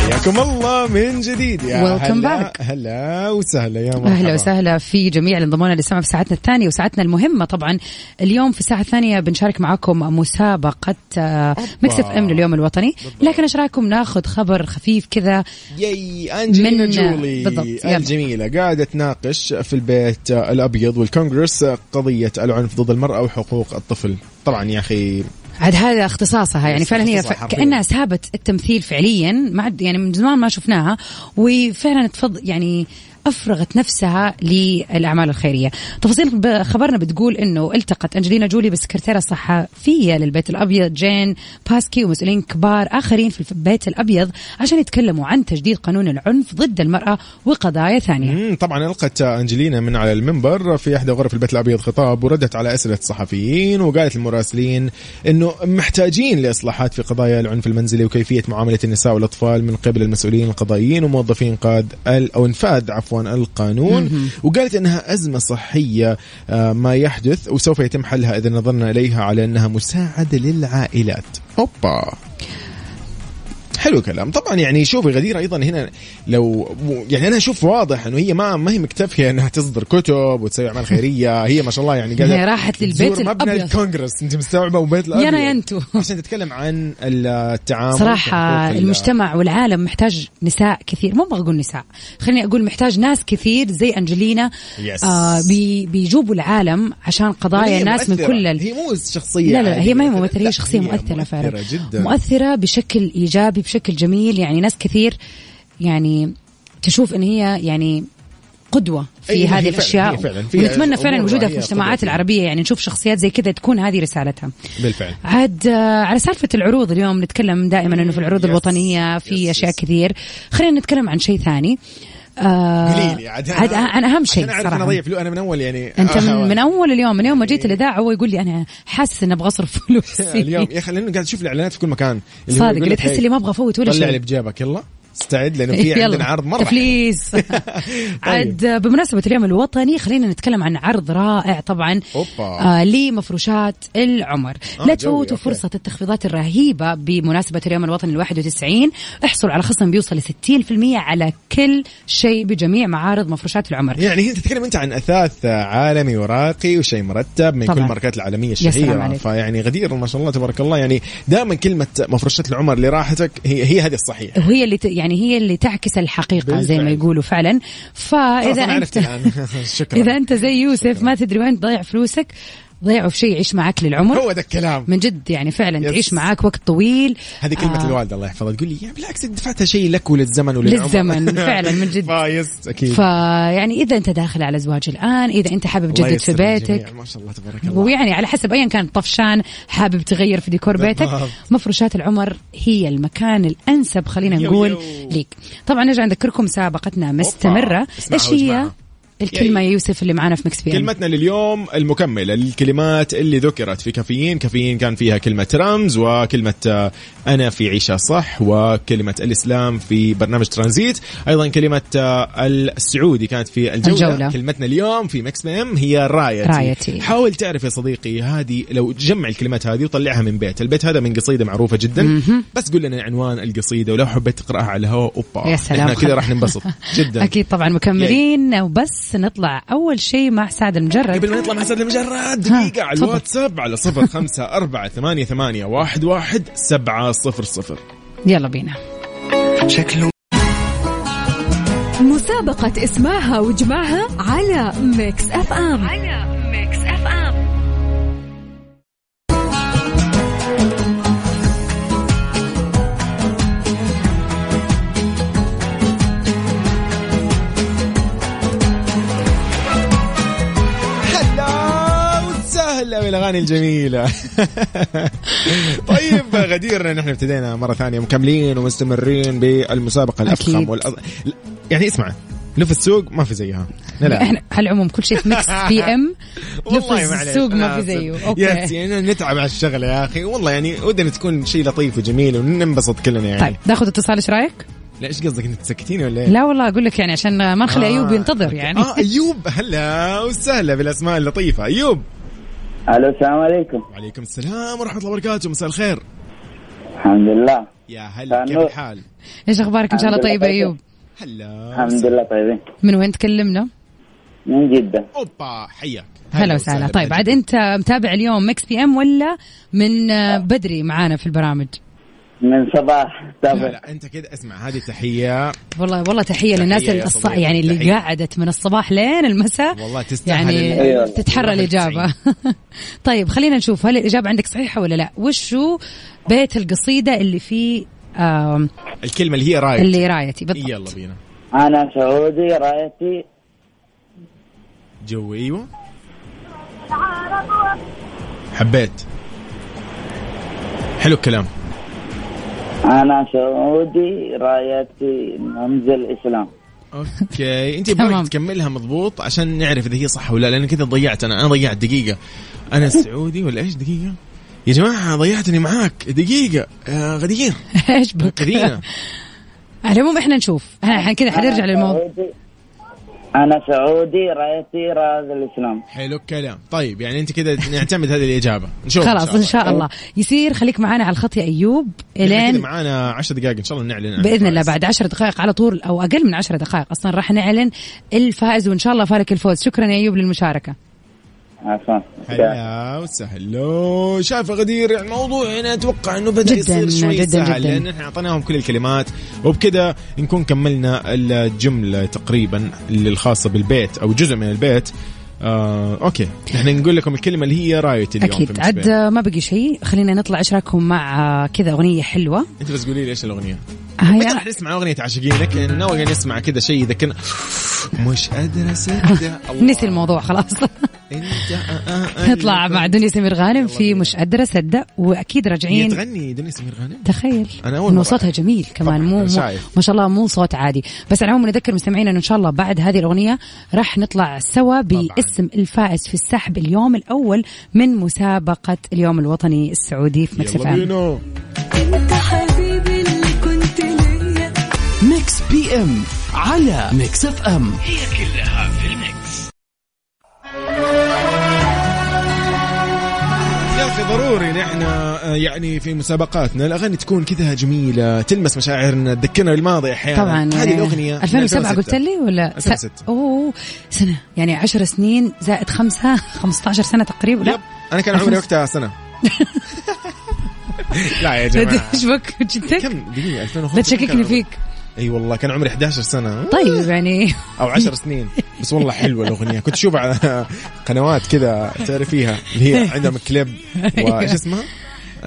[SPEAKER 1] حياكم الله من جديد يا
[SPEAKER 2] Welcome
[SPEAKER 1] هلا
[SPEAKER 2] back.
[SPEAKER 1] هلا وسهلا يا مرحبا
[SPEAKER 2] اهلا وسهلا في جميع اللي انضمونا للسمع في ساعتنا الثانيه وساعتنا المهمه طبعا اليوم في الساعه الثانيه بنشارك معاكم آه، مسابقه مكس اف ام لليوم الوطني لكن ايش رايكم ناخذ خبر خفيف كذا
[SPEAKER 1] ياي انجلينا
[SPEAKER 2] من-
[SPEAKER 1] جولي
[SPEAKER 2] بالضبط، يلا.
[SPEAKER 1] الجميله قاعده تناقش في البيت الابيض والكونغرس قضيه العنف ضد المراه وحقوق الطفل طبعا يا اخي
[SPEAKER 2] عاد هذا اختصاصها يعني
[SPEAKER 1] بس
[SPEAKER 2] فعلا هي ف...
[SPEAKER 1] اختصاصها حرفياً.
[SPEAKER 2] كانها سابت التمثيل فعليا ما عاد يعني من زمان ما شفناها وفعلا تفض يعني افرغت نفسها للاعمال الخيريه. تفاصيل ب- خبرنا بتقول انه التقت انجلينا جولي بالسكرتيره الصحفيه للبيت الابيض جين باسكي ومسؤولين كبار اخرين في البيت الابيض عشان يتكلموا عن تجديد قانون العنف ضد المراه وقضايا ثانيه.
[SPEAKER 1] مم، طبعا القت انجلينا من على المنبر في احدى غرف البيت الابيض خطاب وردت على اسئله الصحفيين وقالت المراسلين انه محتاجين لاصلاحات في قضايا العنف المنزلي وكيفيه معامله النساء والاطفال من قبل المسؤولين القضائيين وموظفين انقاذ ال- او انفاذ عفوا القانون وقالت انها ازمه صحيه آه، ما يحدث وسوف يتم حلها اذا نظرنا اليها على انها مساعده للعائلات اوبا حلو كلام طبعا يعني شوفي غدير ايضا هنا لو يعني انا اشوف واضح انه هي ما ما هي مكتفيه انها تصدر كتب وتسوي اعمال خيريه هي ما شاء الله يعني قاعده
[SPEAKER 2] هي راحت للبيت
[SPEAKER 1] تزور مبنى
[SPEAKER 2] الأبيض.
[SPEAKER 1] الكونغرس انت مستوعبه وبيت الابيض
[SPEAKER 2] يانا يا انتو.
[SPEAKER 1] عشان تتكلم عن التعامل
[SPEAKER 2] صراحة
[SPEAKER 1] وحقوق ال-
[SPEAKER 2] المجتمع والعالم محتاج نساء كثير مو ابغى اقول نساء خليني أقول محتاج ناس كثير زي أنجلينا
[SPEAKER 1] Yes.
[SPEAKER 2] آه بي بيجوبوا العالم عشان
[SPEAKER 1] هي
[SPEAKER 2] قضايا ناس من
[SPEAKER 1] مؤثرة.
[SPEAKER 2] كل ال...
[SPEAKER 1] هي مو شخصيه
[SPEAKER 2] لا لا
[SPEAKER 1] عادية.
[SPEAKER 2] هي ما هي ممثلة
[SPEAKER 1] لا،
[SPEAKER 2] هي شخصية مؤثرة فعلا
[SPEAKER 1] مؤثرة جدا
[SPEAKER 2] مؤثرة بشكل إيجابي بشكل جميل يعني ناس كثير يعني تشوف إن هي يعني قدوة في
[SPEAKER 1] أي، إيه، هي
[SPEAKER 2] هذه
[SPEAKER 1] فعلاً-
[SPEAKER 2] الأشياء
[SPEAKER 1] هي فعلاً فيها
[SPEAKER 2] ونتمنى فعلا
[SPEAKER 1] أمور
[SPEAKER 2] وجودها في
[SPEAKER 1] هي
[SPEAKER 2] المجتمعات
[SPEAKER 1] قدوة.
[SPEAKER 2] العربية يعني نشوف شخصيات زي كذا تكون هذه رسالتها
[SPEAKER 1] بالفعل
[SPEAKER 2] عاد آه، على سالفة العروض اليوم نتكلم دائما انه في العروض
[SPEAKER 1] يس.
[SPEAKER 2] الوطنية في
[SPEAKER 1] يس،
[SPEAKER 2] اشياء
[SPEAKER 1] يس.
[SPEAKER 2] كثير خلينا نتكلم عن شيء ثاني آه،
[SPEAKER 1] قولي لي يعني، عاد
[SPEAKER 2] عاد عن اهم شيء
[SPEAKER 1] انا اعرف انا
[SPEAKER 2] صراحة
[SPEAKER 1] اضيع فلوس انا من اول يعني
[SPEAKER 2] انت
[SPEAKER 1] آه، إيه.
[SPEAKER 2] من, من اول اليوم من يوم ما جيت الاذاعه هو يقول لي انا حاسس اني
[SPEAKER 1] [LAUGHS]
[SPEAKER 2] ابغى اصرف فلوسي
[SPEAKER 1] اليوم يا اخي لانه قاعد اشوف الاعلانات في كل مكان اللي هو
[SPEAKER 2] صادق
[SPEAKER 1] يقول
[SPEAKER 2] اللي
[SPEAKER 1] لك
[SPEAKER 2] تحس
[SPEAKER 1] إيه،
[SPEAKER 2] اللي ما ابغى افوت ولا
[SPEAKER 1] طلع اللي
[SPEAKER 2] شيء
[SPEAKER 1] بجيبك يلا استعد
[SPEAKER 2] [LAUGHS]
[SPEAKER 1] لانه في عندنا عرض طيب. مره [LAUGHS]
[SPEAKER 2] تفليس عاد آه، بمناسبة اليوم الوطني خلينا نتكلم عن عرض رائع طبعا
[SPEAKER 1] أوبا.
[SPEAKER 2] آه لمفروشات العمر
[SPEAKER 1] آه،
[SPEAKER 2] لا
[SPEAKER 1] جوي،
[SPEAKER 2] تفوتوا
[SPEAKER 1] أوكي.
[SPEAKER 2] فرصة التخفيضات الرهيبة بمناسبة اليوم الوطني ال 91 احصلوا على خصم بيوصل ل 60% على كل شيء بجميع معارض مفروشات العمر
[SPEAKER 1] يعني انت تتكلم انت عن اثاث عالمي وراقي وشيء مرتب من
[SPEAKER 2] طبعاً.
[SPEAKER 1] كل الماركات العالميه
[SPEAKER 2] يا سلام
[SPEAKER 1] الشهيره
[SPEAKER 2] عليك.
[SPEAKER 1] فيعني غدير ما شاء الله تبارك الله يعني دائما كلمه مفرشات العمر لراحتك هي هي هذه الصحيحه
[SPEAKER 2] وهي اللي ت... يعني هي اللي تعكس الحقيقة زي ما
[SPEAKER 1] بالفعل.
[SPEAKER 2] يقولوا فعلا
[SPEAKER 1] خلاص
[SPEAKER 2] فإذا
[SPEAKER 1] انا عرفت
[SPEAKER 2] أنت
[SPEAKER 1] الان [LAUGHS] شكرا
[SPEAKER 2] إذا أنت زي يوسف ما تدري وين تضيع فلوسك ضيعه في شيء يعيش معك للعمر
[SPEAKER 1] هو ده الكلام
[SPEAKER 2] من جد يعني فعلا
[SPEAKER 1] يس.
[SPEAKER 2] تعيش معاك وقت طيل
[SPEAKER 1] هذه كلمة آه. الوالدة الله يحفظها تقول لي يا بالعكس دفعتها شيء لك وللزمن وللعمر
[SPEAKER 2] للزمن، فعلاً،
[SPEAKER 1] [LAUGHS]
[SPEAKER 2] من جد.
[SPEAKER 1] فايز اكيد
[SPEAKER 2] فيعني اذا انت داخل على زواج الان اذا انت حابب
[SPEAKER 1] الله
[SPEAKER 2] تجدد في
[SPEAKER 1] يستر للجميع،
[SPEAKER 2] بيتك
[SPEAKER 1] ما شاء الله تبارك الله
[SPEAKER 2] ويعني على حسب ايا كان طفشان حابب تغير في ديكور بيتك
[SPEAKER 1] بالضبط.
[SPEAKER 2] مفروشات العمر هي المكان الانسب خلينا
[SPEAKER 1] يو
[SPEAKER 2] نقول
[SPEAKER 1] يو.
[SPEAKER 2] ليك طبعا نرجع نذكركم مسابقتنا مستمره
[SPEAKER 1] اسمعها
[SPEAKER 2] ايش هي
[SPEAKER 1] واجمعها.
[SPEAKER 2] الكلمه يا يوسف اللي معانا في مكس بي إم؟
[SPEAKER 1] كلمتنا لليوم المكملة الكلمات اللي ذكرت في كافيين كافيين كان فيها كلمة رمز وكلمة آه، أنا في عيشة صح وكلمة الإسلام في برنامج ترانزيت أيضا كلمة آه، السعودي كانت في الجولة,
[SPEAKER 2] الجولة.
[SPEAKER 1] كلمتنا اليوم في مكس بي ام هي رايتي.
[SPEAKER 2] رايتي.
[SPEAKER 1] حاول تعرف يا صديقي هذه لو تجمع الكلمات هذه وطلعها من بيت البيت هذا من قصيدة معروفة جدا بس قول لنا عنوان القصيدة ولو حبيت تقرأها على الهواء أوبا
[SPEAKER 2] يا سلام.
[SPEAKER 1] احنا كذا راح
[SPEAKER 2] [LAUGHS]
[SPEAKER 1] ننبسط جدا
[SPEAKER 2] اكيد طبعا مكملين وبس نطلع اول شيء مع سعد المجرد
[SPEAKER 1] قبل ما نطلع مع سعد المجرد دقيقة على
[SPEAKER 2] تفضل.
[SPEAKER 1] الواتساب على صفر خمسة أربعة ثمانية ثمانية واحد واحد سبعة صفر صفر
[SPEAKER 2] يلا بينا
[SPEAKER 6] مسابقة اسمعها وجمعها على ميكس اف ام على ميكس اف ام
[SPEAKER 1] الاغاني الجميله [LAUGHS] طيب غدير نحن ابتدينا مره ثانيه مكملين ومستمرين بالمسابقه الافخم
[SPEAKER 2] أكيد.
[SPEAKER 1] والأض... لا، يعني اسمع لف السوق ما في زيها لا لا
[SPEAKER 2] احنا على العموم كل شيء
[SPEAKER 1] [LAUGHS]
[SPEAKER 2] في ميكس بي ام [LAUGHS] لف
[SPEAKER 1] والله معليش،
[SPEAKER 2] السوق
[SPEAKER 1] أنا
[SPEAKER 2] ما في
[SPEAKER 1] آسف.
[SPEAKER 2] زيه
[SPEAKER 1] يا
[SPEAKER 2] اوكي
[SPEAKER 1] أختي، أنا نتعب على الشغله يا اخي والله يعني ودنا تكون شيء لطيف وجميل وننبسط كلنا يعني
[SPEAKER 2] طيب ناخذ اتصال ايش رايك؟
[SPEAKER 1] لا ايش قصدك انت سكتيني ولا ايه؟
[SPEAKER 2] لا والله اقول لك يعني عشان ما نخلي ايوب ينتظر يعني [LAUGHS]
[SPEAKER 1] اه ايوب هلا وسهلا بالاسماء اللطيفه ايوب
[SPEAKER 8] الو السلام عليكم
[SPEAKER 1] وعليكم السلام ورحمه الله وبركاته مساء الخير
[SPEAKER 8] الحمد لله
[SPEAKER 1] يا هلا كيف الحال؟
[SPEAKER 2] ايش اخبارك ان شاء الله
[SPEAKER 1] آه.
[SPEAKER 8] الحمد
[SPEAKER 2] طيبه
[SPEAKER 8] لله
[SPEAKER 2] ايوب؟
[SPEAKER 1] هلا
[SPEAKER 8] الحمد لله طيبين
[SPEAKER 2] من وين تكلمنا؟
[SPEAKER 8] من جدة
[SPEAKER 1] اوبا حياك
[SPEAKER 2] هلا وسهلا طيب
[SPEAKER 1] بك.
[SPEAKER 2] عاد انت متابع اليوم مكس بي ام ولا من آه، بدري معانا في البرامج؟
[SPEAKER 8] من صباح
[SPEAKER 1] لا
[SPEAKER 8] تابع
[SPEAKER 1] لا انت كده اسمع هذه تحيه
[SPEAKER 2] والله والله تحيه للناس
[SPEAKER 1] تحية يا
[SPEAKER 2] الص...
[SPEAKER 1] صديقي،
[SPEAKER 2] يعني اللي
[SPEAKER 1] تحية.
[SPEAKER 2] قعدت من الصباح لين المساء
[SPEAKER 1] والله تستاهل
[SPEAKER 2] يعني
[SPEAKER 8] أيوة.
[SPEAKER 2] تتحرى
[SPEAKER 1] الواحد
[SPEAKER 2] الاجابه [LAUGHS] طيب خلينا نشوف هل الاجابه عندك صحيحه ولا لا؟ وش هو بيت القصيده اللي فيه آم،
[SPEAKER 1] الكلمه اللي هي رايت
[SPEAKER 2] اللي رايتي بالضبط
[SPEAKER 1] طيب. يلا بينا
[SPEAKER 8] انا سعودي رايتي
[SPEAKER 1] جو ايوه حبيت حلو الكلام
[SPEAKER 8] انا سعودي رايتي منزل الاسلام
[SPEAKER 2] [LAUGHS]
[SPEAKER 1] اوكي انت
[SPEAKER 2] تمام.
[SPEAKER 1] بدك تكملها مضبوط عشان نعرف اذا هي صح ولا لا لان كذا ضيعت انا انا ضيعت دقيقه
[SPEAKER 2] [LAUGHS]
[SPEAKER 1] انا السعودي ولا ايش دقيقه يا جماعه ضيعتني معاك دقيقه آه غدير
[SPEAKER 2] [LAUGHS] ايش بك؟
[SPEAKER 1] غديرة
[SPEAKER 2] على العموم احنا نشوف احنا كذا حنرجع
[SPEAKER 8] أنا
[SPEAKER 2] للموضوع
[SPEAKER 8] سعودي- انا سعودي رايتي راز الاسلام
[SPEAKER 1] حلو الكلام طيب يعني انت كده نعتمد هذه الاجابه نشوف
[SPEAKER 2] خلاص ان شاء الله يصير خليك معانا على الخط يا ايوب
[SPEAKER 1] الين
[SPEAKER 2] الين
[SPEAKER 1] معانا 10 دقائق ان شاء الله نعلن عن
[SPEAKER 2] باذن الله
[SPEAKER 1] الفائز.
[SPEAKER 2] بعد عشر دقائق على طول او اقل من عشر دقائق اصلا راح نعلن الفائز وان شاء الله فارق الفوز شكرا يا ايوب للمشاركه
[SPEAKER 8] عفوا
[SPEAKER 1] هلا وسهلا شايف يا غدير الموضوع هنا اتوقع انه بدا
[SPEAKER 2] جداً-
[SPEAKER 1] يصير شوي
[SPEAKER 2] جداً-
[SPEAKER 1] سهل
[SPEAKER 2] جداً.
[SPEAKER 1] لان احنا اعطيناهم كل الكلمات وبكذا نكون كملنا الجمله تقريبا اللي الخاصه بالبيت او جزء من البيت آه، اوكي احنا نقول لكم الكلمه اللي هي رايت اليوم في
[SPEAKER 2] اكيد
[SPEAKER 1] المسبح.
[SPEAKER 2] عد ما بقي شيء خلينا نطلع اشراكم مع آه، كذا اغنيه حلوه
[SPEAKER 1] انت بس قولي لي ايش الاغنيه متى
[SPEAKER 2] هيا
[SPEAKER 1] راح نسمع اغنيه عاشقينك لأن ناوي نسمع كذا شيء يذكرنا مش قادر
[SPEAKER 2] آه،
[SPEAKER 1] اصدق الله.
[SPEAKER 2] نسي الموضوع خلاص
[SPEAKER 1] انت آه، آه، آه،
[SPEAKER 2] [LAUGHS] نطلع مع دنيا سمير غانم
[SPEAKER 1] يلا
[SPEAKER 2] في
[SPEAKER 1] بينا.
[SPEAKER 2] مش قادره اصدق واكيد
[SPEAKER 1] هي
[SPEAKER 2] راجعين
[SPEAKER 1] تغني دنيا سمير غانم
[SPEAKER 2] تخيل
[SPEAKER 1] أنا أول
[SPEAKER 2] إنه
[SPEAKER 1] مرة
[SPEAKER 2] صوتها
[SPEAKER 1] أعرف.
[SPEAKER 2] جميل كمان
[SPEAKER 1] طبعاً،
[SPEAKER 2] مو,
[SPEAKER 1] أنا
[SPEAKER 2] مو
[SPEAKER 1] شايف.
[SPEAKER 2] ما شاء الله مو صوت عادي بس على العموم نذكر مستمعينا انه ان شاء الله بعد هذه الاغنيه راح نطلع سوا باسم الفائز في السحب اليوم الاول من مسابقه اليوم الوطني السعودي في مكسف
[SPEAKER 1] يلا
[SPEAKER 2] عام
[SPEAKER 1] بينا
[SPEAKER 6] انت حبيبي اللي كنت ليا
[SPEAKER 5] ميكس بي ام على ميكس اف ام
[SPEAKER 1] يا اخي ضروري نحن آه، يعني في مسابقاتنا الاغاني تكون كذا جميله تلمس مشاعرنا تذكرنا بالماضي احيانا
[SPEAKER 2] طبعا
[SPEAKER 1] هذه الاغنيه من
[SPEAKER 2] 2007 آه، قلت لي ولا
[SPEAKER 1] 2006.
[SPEAKER 2] س- اوه سنه يعني 10 سنين زائد 5 15 سنه تقريبا
[SPEAKER 1] يب
[SPEAKER 2] لا
[SPEAKER 1] انا كان عمري وقتها
[SPEAKER 2] [LAUGHS]
[SPEAKER 1] سنه لا يا جماعه
[SPEAKER 2] ايش بك جدك
[SPEAKER 1] كم دقيقه 2005
[SPEAKER 2] لا
[SPEAKER 1] كان
[SPEAKER 2] تشككني
[SPEAKER 1] عمري-
[SPEAKER 2] فيك
[SPEAKER 1] اي والله كان عمري 11 سنه
[SPEAKER 2] طيب يعني [LAUGHS]
[SPEAKER 1] او 10 سنين بس والله حلوه الاغنيه كنت اشوفها على قنوات كذا تعرفيها اللي هي عندهم
[SPEAKER 2] [LAUGHS]
[SPEAKER 1] كليب وايش اسمها؟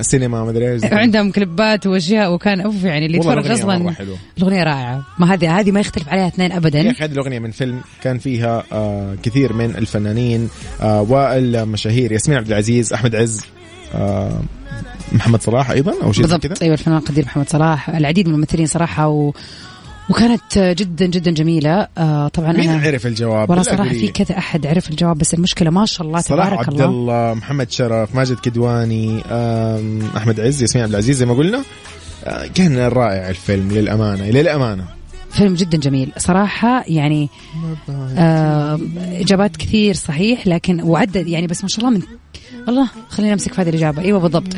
[SPEAKER 1] سينما ما ادري ايش
[SPEAKER 2] عندهم كليبات واشياء وكان اوف يعني اللي
[SPEAKER 1] والله
[SPEAKER 2] يتفرج
[SPEAKER 1] الأغنية مرة
[SPEAKER 2] اصلا
[SPEAKER 1] حلوة.
[SPEAKER 2] الاغنيه رائعه ما هذه هذه ما يختلف عليها اثنين
[SPEAKER 1] يا
[SPEAKER 2] ابدا
[SPEAKER 1] اخي هذه الاغنيه من فيلم كان فيها آه كثير من الفنانين آه والمشاهير ياسمين عبد العزيز احمد عز آه محمد صلاح ايضا او شيء زي كذا
[SPEAKER 2] بالضبط ايوه الفنان القدير محمد صلاح العديد من الممثلين صراحه و... وكانت جدا جدا جميله آه طبعا
[SPEAKER 1] مين
[SPEAKER 2] انا
[SPEAKER 1] عرف الجواب؟
[SPEAKER 2] والله
[SPEAKER 1] بالله
[SPEAKER 2] صراحه
[SPEAKER 1] قولي.
[SPEAKER 2] في كذا احد عرف الجواب بس المشكله ما شاء الله
[SPEAKER 1] صلاح
[SPEAKER 2] تبارك
[SPEAKER 1] عبد
[SPEAKER 2] الله
[SPEAKER 1] الله محمد شرف ماجد كدواني آم، احمد عز ياسمين عبد العزيز زي ما قلنا آه، كان رائع الفيلم للامانه للامانه
[SPEAKER 2] فيلم جدا جميل صراحه يعني آه اجابات كثير صحيح لكن وعدد يعني بس ما شاء الله من والله خلينا نمسك في هذه الاجابه ايوه بالضبط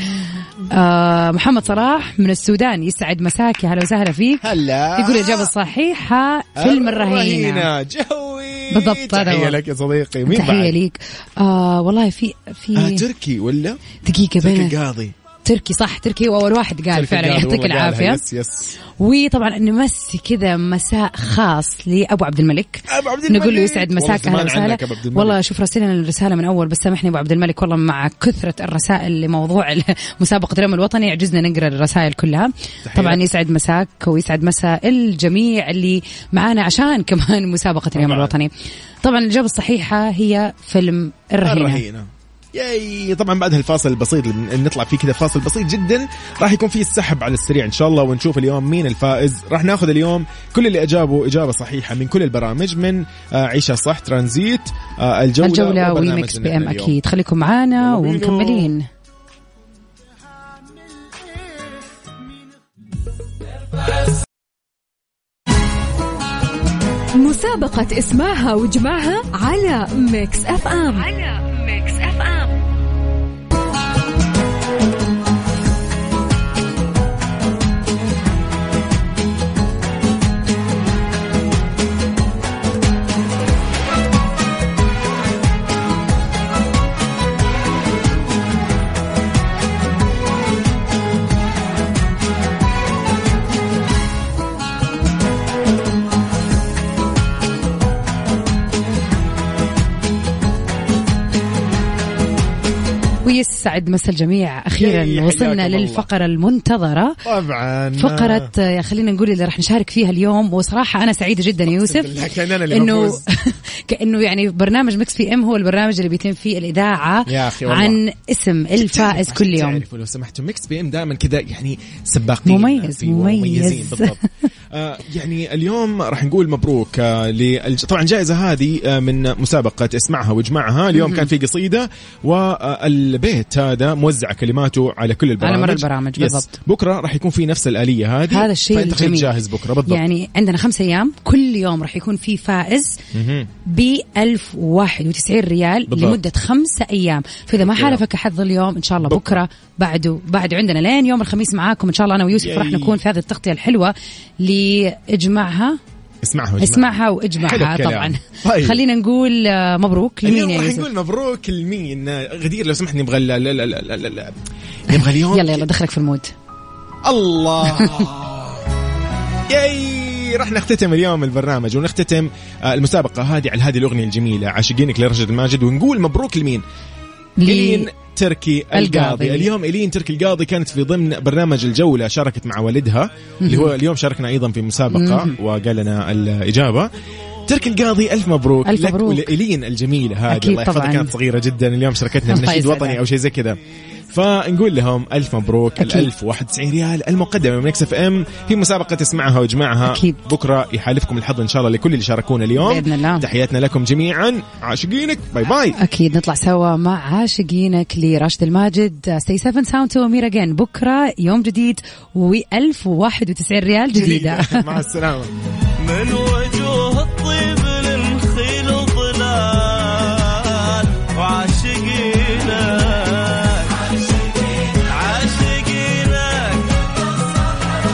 [SPEAKER 2] آه محمد صلاح من السودان يسعد مساك يا هلا وسهلا فيك
[SPEAKER 1] هلا
[SPEAKER 2] يقول الإجابة الصحيحة
[SPEAKER 1] آه،
[SPEAKER 2] فيلم الرهينة
[SPEAKER 1] الرهينة. جوي
[SPEAKER 2] بالضبط، هذا
[SPEAKER 1] تحيه
[SPEAKER 2] هو.
[SPEAKER 1] لك يا صديقي مين
[SPEAKER 2] تحية
[SPEAKER 1] بعد؟
[SPEAKER 2] ليك آه والله في في
[SPEAKER 1] آه تركي ولا؟
[SPEAKER 2] دقيقة
[SPEAKER 1] تركي
[SPEAKER 2] بين
[SPEAKER 1] القاضي
[SPEAKER 2] تركي صح تركي هو أول واحد قال
[SPEAKER 1] تركي
[SPEAKER 2] فعلا
[SPEAKER 1] القاضي،
[SPEAKER 2] يعطيك
[SPEAKER 1] والله قالها.
[SPEAKER 2] العافية
[SPEAKER 1] يس يس
[SPEAKER 2] وطبعا نمسي كذا مساء خاص لأبو عبد الملك
[SPEAKER 1] ابو عبد
[SPEAKER 2] نقول له
[SPEAKER 1] الملك.
[SPEAKER 2] يسعد
[SPEAKER 1] والله
[SPEAKER 2] مساك
[SPEAKER 1] زمان
[SPEAKER 2] اهلا
[SPEAKER 1] عنك
[SPEAKER 2] وسهلا
[SPEAKER 1] يا أبو عبد الملك.
[SPEAKER 2] والله شوف راسلنا الرساله من اول بس سامحني ابو عبد الملك والله مع كثره الرسائل لموضوع [LAUGHS] مسابقه اليوم الوطني عجزنا نقرا الرسائل كلها
[SPEAKER 1] تحية.
[SPEAKER 2] طبعا يسعد مساك ويسعد مساء الجميع اللي معانا عشان كمان مسابقه اليوم
[SPEAKER 1] طبعاً.
[SPEAKER 2] الوطني طبعا الاجابه الصحيحه هي فيلم الرهينه
[SPEAKER 1] الرهينة ياي طبعا بعد هالفاصل البسيط اللي نطلع فيه كذا فاصل بسيط جدا راح يكون في السحب على السريع ان شاء الله ونشوف اليوم مين الفائز راح ناخذ اليوم كل اللي اجابوا اجابه صحيحه من كل البرامج من آه، عيشه صح ترانزيت آه، الجوله
[SPEAKER 2] الجولة
[SPEAKER 1] وبرنامجنا
[SPEAKER 2] وميكس بي
[SPEAKER 1] نحن
[SPEAKER 2] ام
[SPEAKER 1] اليوم.
[SPEAKER 2] اكيد خليكم معانا
[SPEAKER 1] يلا بينا.
[SPEAKER 2] ومكملين
[SPEAKER 6] مسابقة اسمعها وجمعها على ميكس اف ام على ميكس اف ام
[SPEAKER 2] ويسعد مسا الجميع اخيرا
[SPEAKER 1] ياي، حياكم
[SPEAKER 2] وصلنا
[SPEAKER 1] الله. آه.
[SPEAKER 2] للفقرة المنتظرة
[SPEAKER 1] طبعا
[SPEAKER 2] فقرة آه، خلينا نقول اللي راح نشارك فيها اليوم وصراحة أنا سعيدة جدا يا
[SPEAKER 1] بالله،
[SPEAKER 2] يوسف
[SPEAKER 1] كأن أنا اللي
[SPEAKER 2] إنه
[SPEAKER 1] بفوز.
[SPEAKER 2] [LAUGHS] كأنه يعني برنامج مكس بي إم هو البرنامج اللي بيتم فيه الإذاعة
[SPEAKER 1] يا أخي والله.
[SPEAKER 2] عن اسم الفائز
[SPEAKER 1] عشان
[SPEAKER 2] كل يوم
[SPEAKER 1] تعرفوا لو سمحتوا ميكس بي ام دائما كذا يعني سباقين
[SPEAKER 2] مميز،
[SPEAKER 1] فيه ومميزين
[SPEAKER 2] مميز. [LAUGHS]
[SPEAKER 1] بالضبط آه يعني اليوم راح نقول مبروك آه للج... طبعا الجائزه هذه آه من مسابقه اسمعها واجمعها اليوم كان في قصيده والبيت هذا موزع كلماته على كل البرامج
[SPEAKER 2] مر البرامج،
[SPEAKER 1] يس.
[SPEAKER 2] بالضبط.
[SPEAKER 1] بكره راح يكون في نفس الاليه هذه
[SPEAKER 2] هذا الشيء
[SPEAKER 1] فانت خليك
[SPEAKER 2] الجميل
[SPEAKER 1] جاهز بكره بالضبط
[SPEAKER 2] يعني عندنا خمس أيام كل يوم راح يكون في فائز
[SPEAKER 1] مهم.
[SPEAKER 2] ب 1091 ريال
[SPEAKER 1] بالضبط.
[SPEAKER 2] لمدة خمسة أيام فإذا ما حالفك أحد اليوم إن شاء الله
[SPEAKER 1] بكرة.
[SPEAKER 2] بكرة بعده بعده عندنا لين يوم الخميس معاكم إن شاء الله أنا ويوسف راح
[SPEAKER 1] ياي.
[SPEAKER 2] نكون في هذه التغطية الحلوة لإجماعها
[SPEAKER 1] اسمعها واجمعها.
[SPEAKER 2] اسمعها
[SPEAKER 1] حلو
[SPEAKER 2] واجمعها
[SPEAKER 1] الكلام.
[SPEAKER 2] طبعا
[SPEAKER 1] طيب.
[SPEAKER 2] خلينا نقول آه، مبروك لمين
[SPEAKER 1] اليوم
[SPEAKER 2] يا
[SPEAKER 1] راح
[SPEAKER 2] يوسف
[SPEAKER 1] نقول مبروك لمين آه، غدير لو سمحت نبغى لا لا لا لا لا- لا نبغى اليوم
[SPEAKER 2] يلا يلا دخلك في المود
[SPEAKER 1] الله ياي راح نختتم اليوم البرنامج ونختتم آه، المسابقة هذه على هذه الأغنية الجميلة عاشقينك لرشد الماجد ونقول مبروك لمين؟ إلين
[SPEAKER 2] لي
[SPEAKER 1] تركي القاضي.
[SPEAKER 2] القاضي.
[SPEAKER 1] اليوم إلين تركي القاضي كانت في ضمن برنامج الجولة شاركت مع والدها اللي هو اليوم شاركنا أيضا في مسابقة وقال لنا الإجابة تركي القاضي ألف مبروك
[SPEAKER 2] ألف
[SPEAKER 1] لك
[SPEAKER 2] مبروك.
[SPEAKER 1] ولإلين الجميلة هذه
[SPEAKER 2] أكيد
[SPEAKER 1] الله يحفظها
[SPEAKER 2] طبعاً.
[SPEAKER 1] كانت صغيرة جدا اليوم شاركتنا
[SPEAKER 2] [LAUGHS] الله
[SPEAKER 1] بنشيد
[SPEAKER 2] يسعدها.
[SPEAKER 1] وطني أو شيء زي كذا فنقول لهم ألف مبروك
[SPEAKER 2] أكيد.
[SPEAKER 1] الألف واحد وتسعين ريال المقدمة من اكس اف ام في مسابقة اسمعها واجمعها
[SPEAKER 2] أكيد.
[SPEAKER 1] بكرة يحالفكم الحظ إن شاء الله لكل اللي شاركونا اليوم
[SPEAKER 2] بإذن الله.
[SPEAKER 1] تحياتنا لكم جميعا عاشقينك باي باي
[SPEAKER 2] اكيد نطلع سوا مع عاشقينك لراشد الماجد سي 7 ساوند تو امير اجين بكره يوم جديد و1091 ريال جديده
[SPEAKER 1] [LAUGHS] مع السلامة
[SPEAKER 3] من وجهك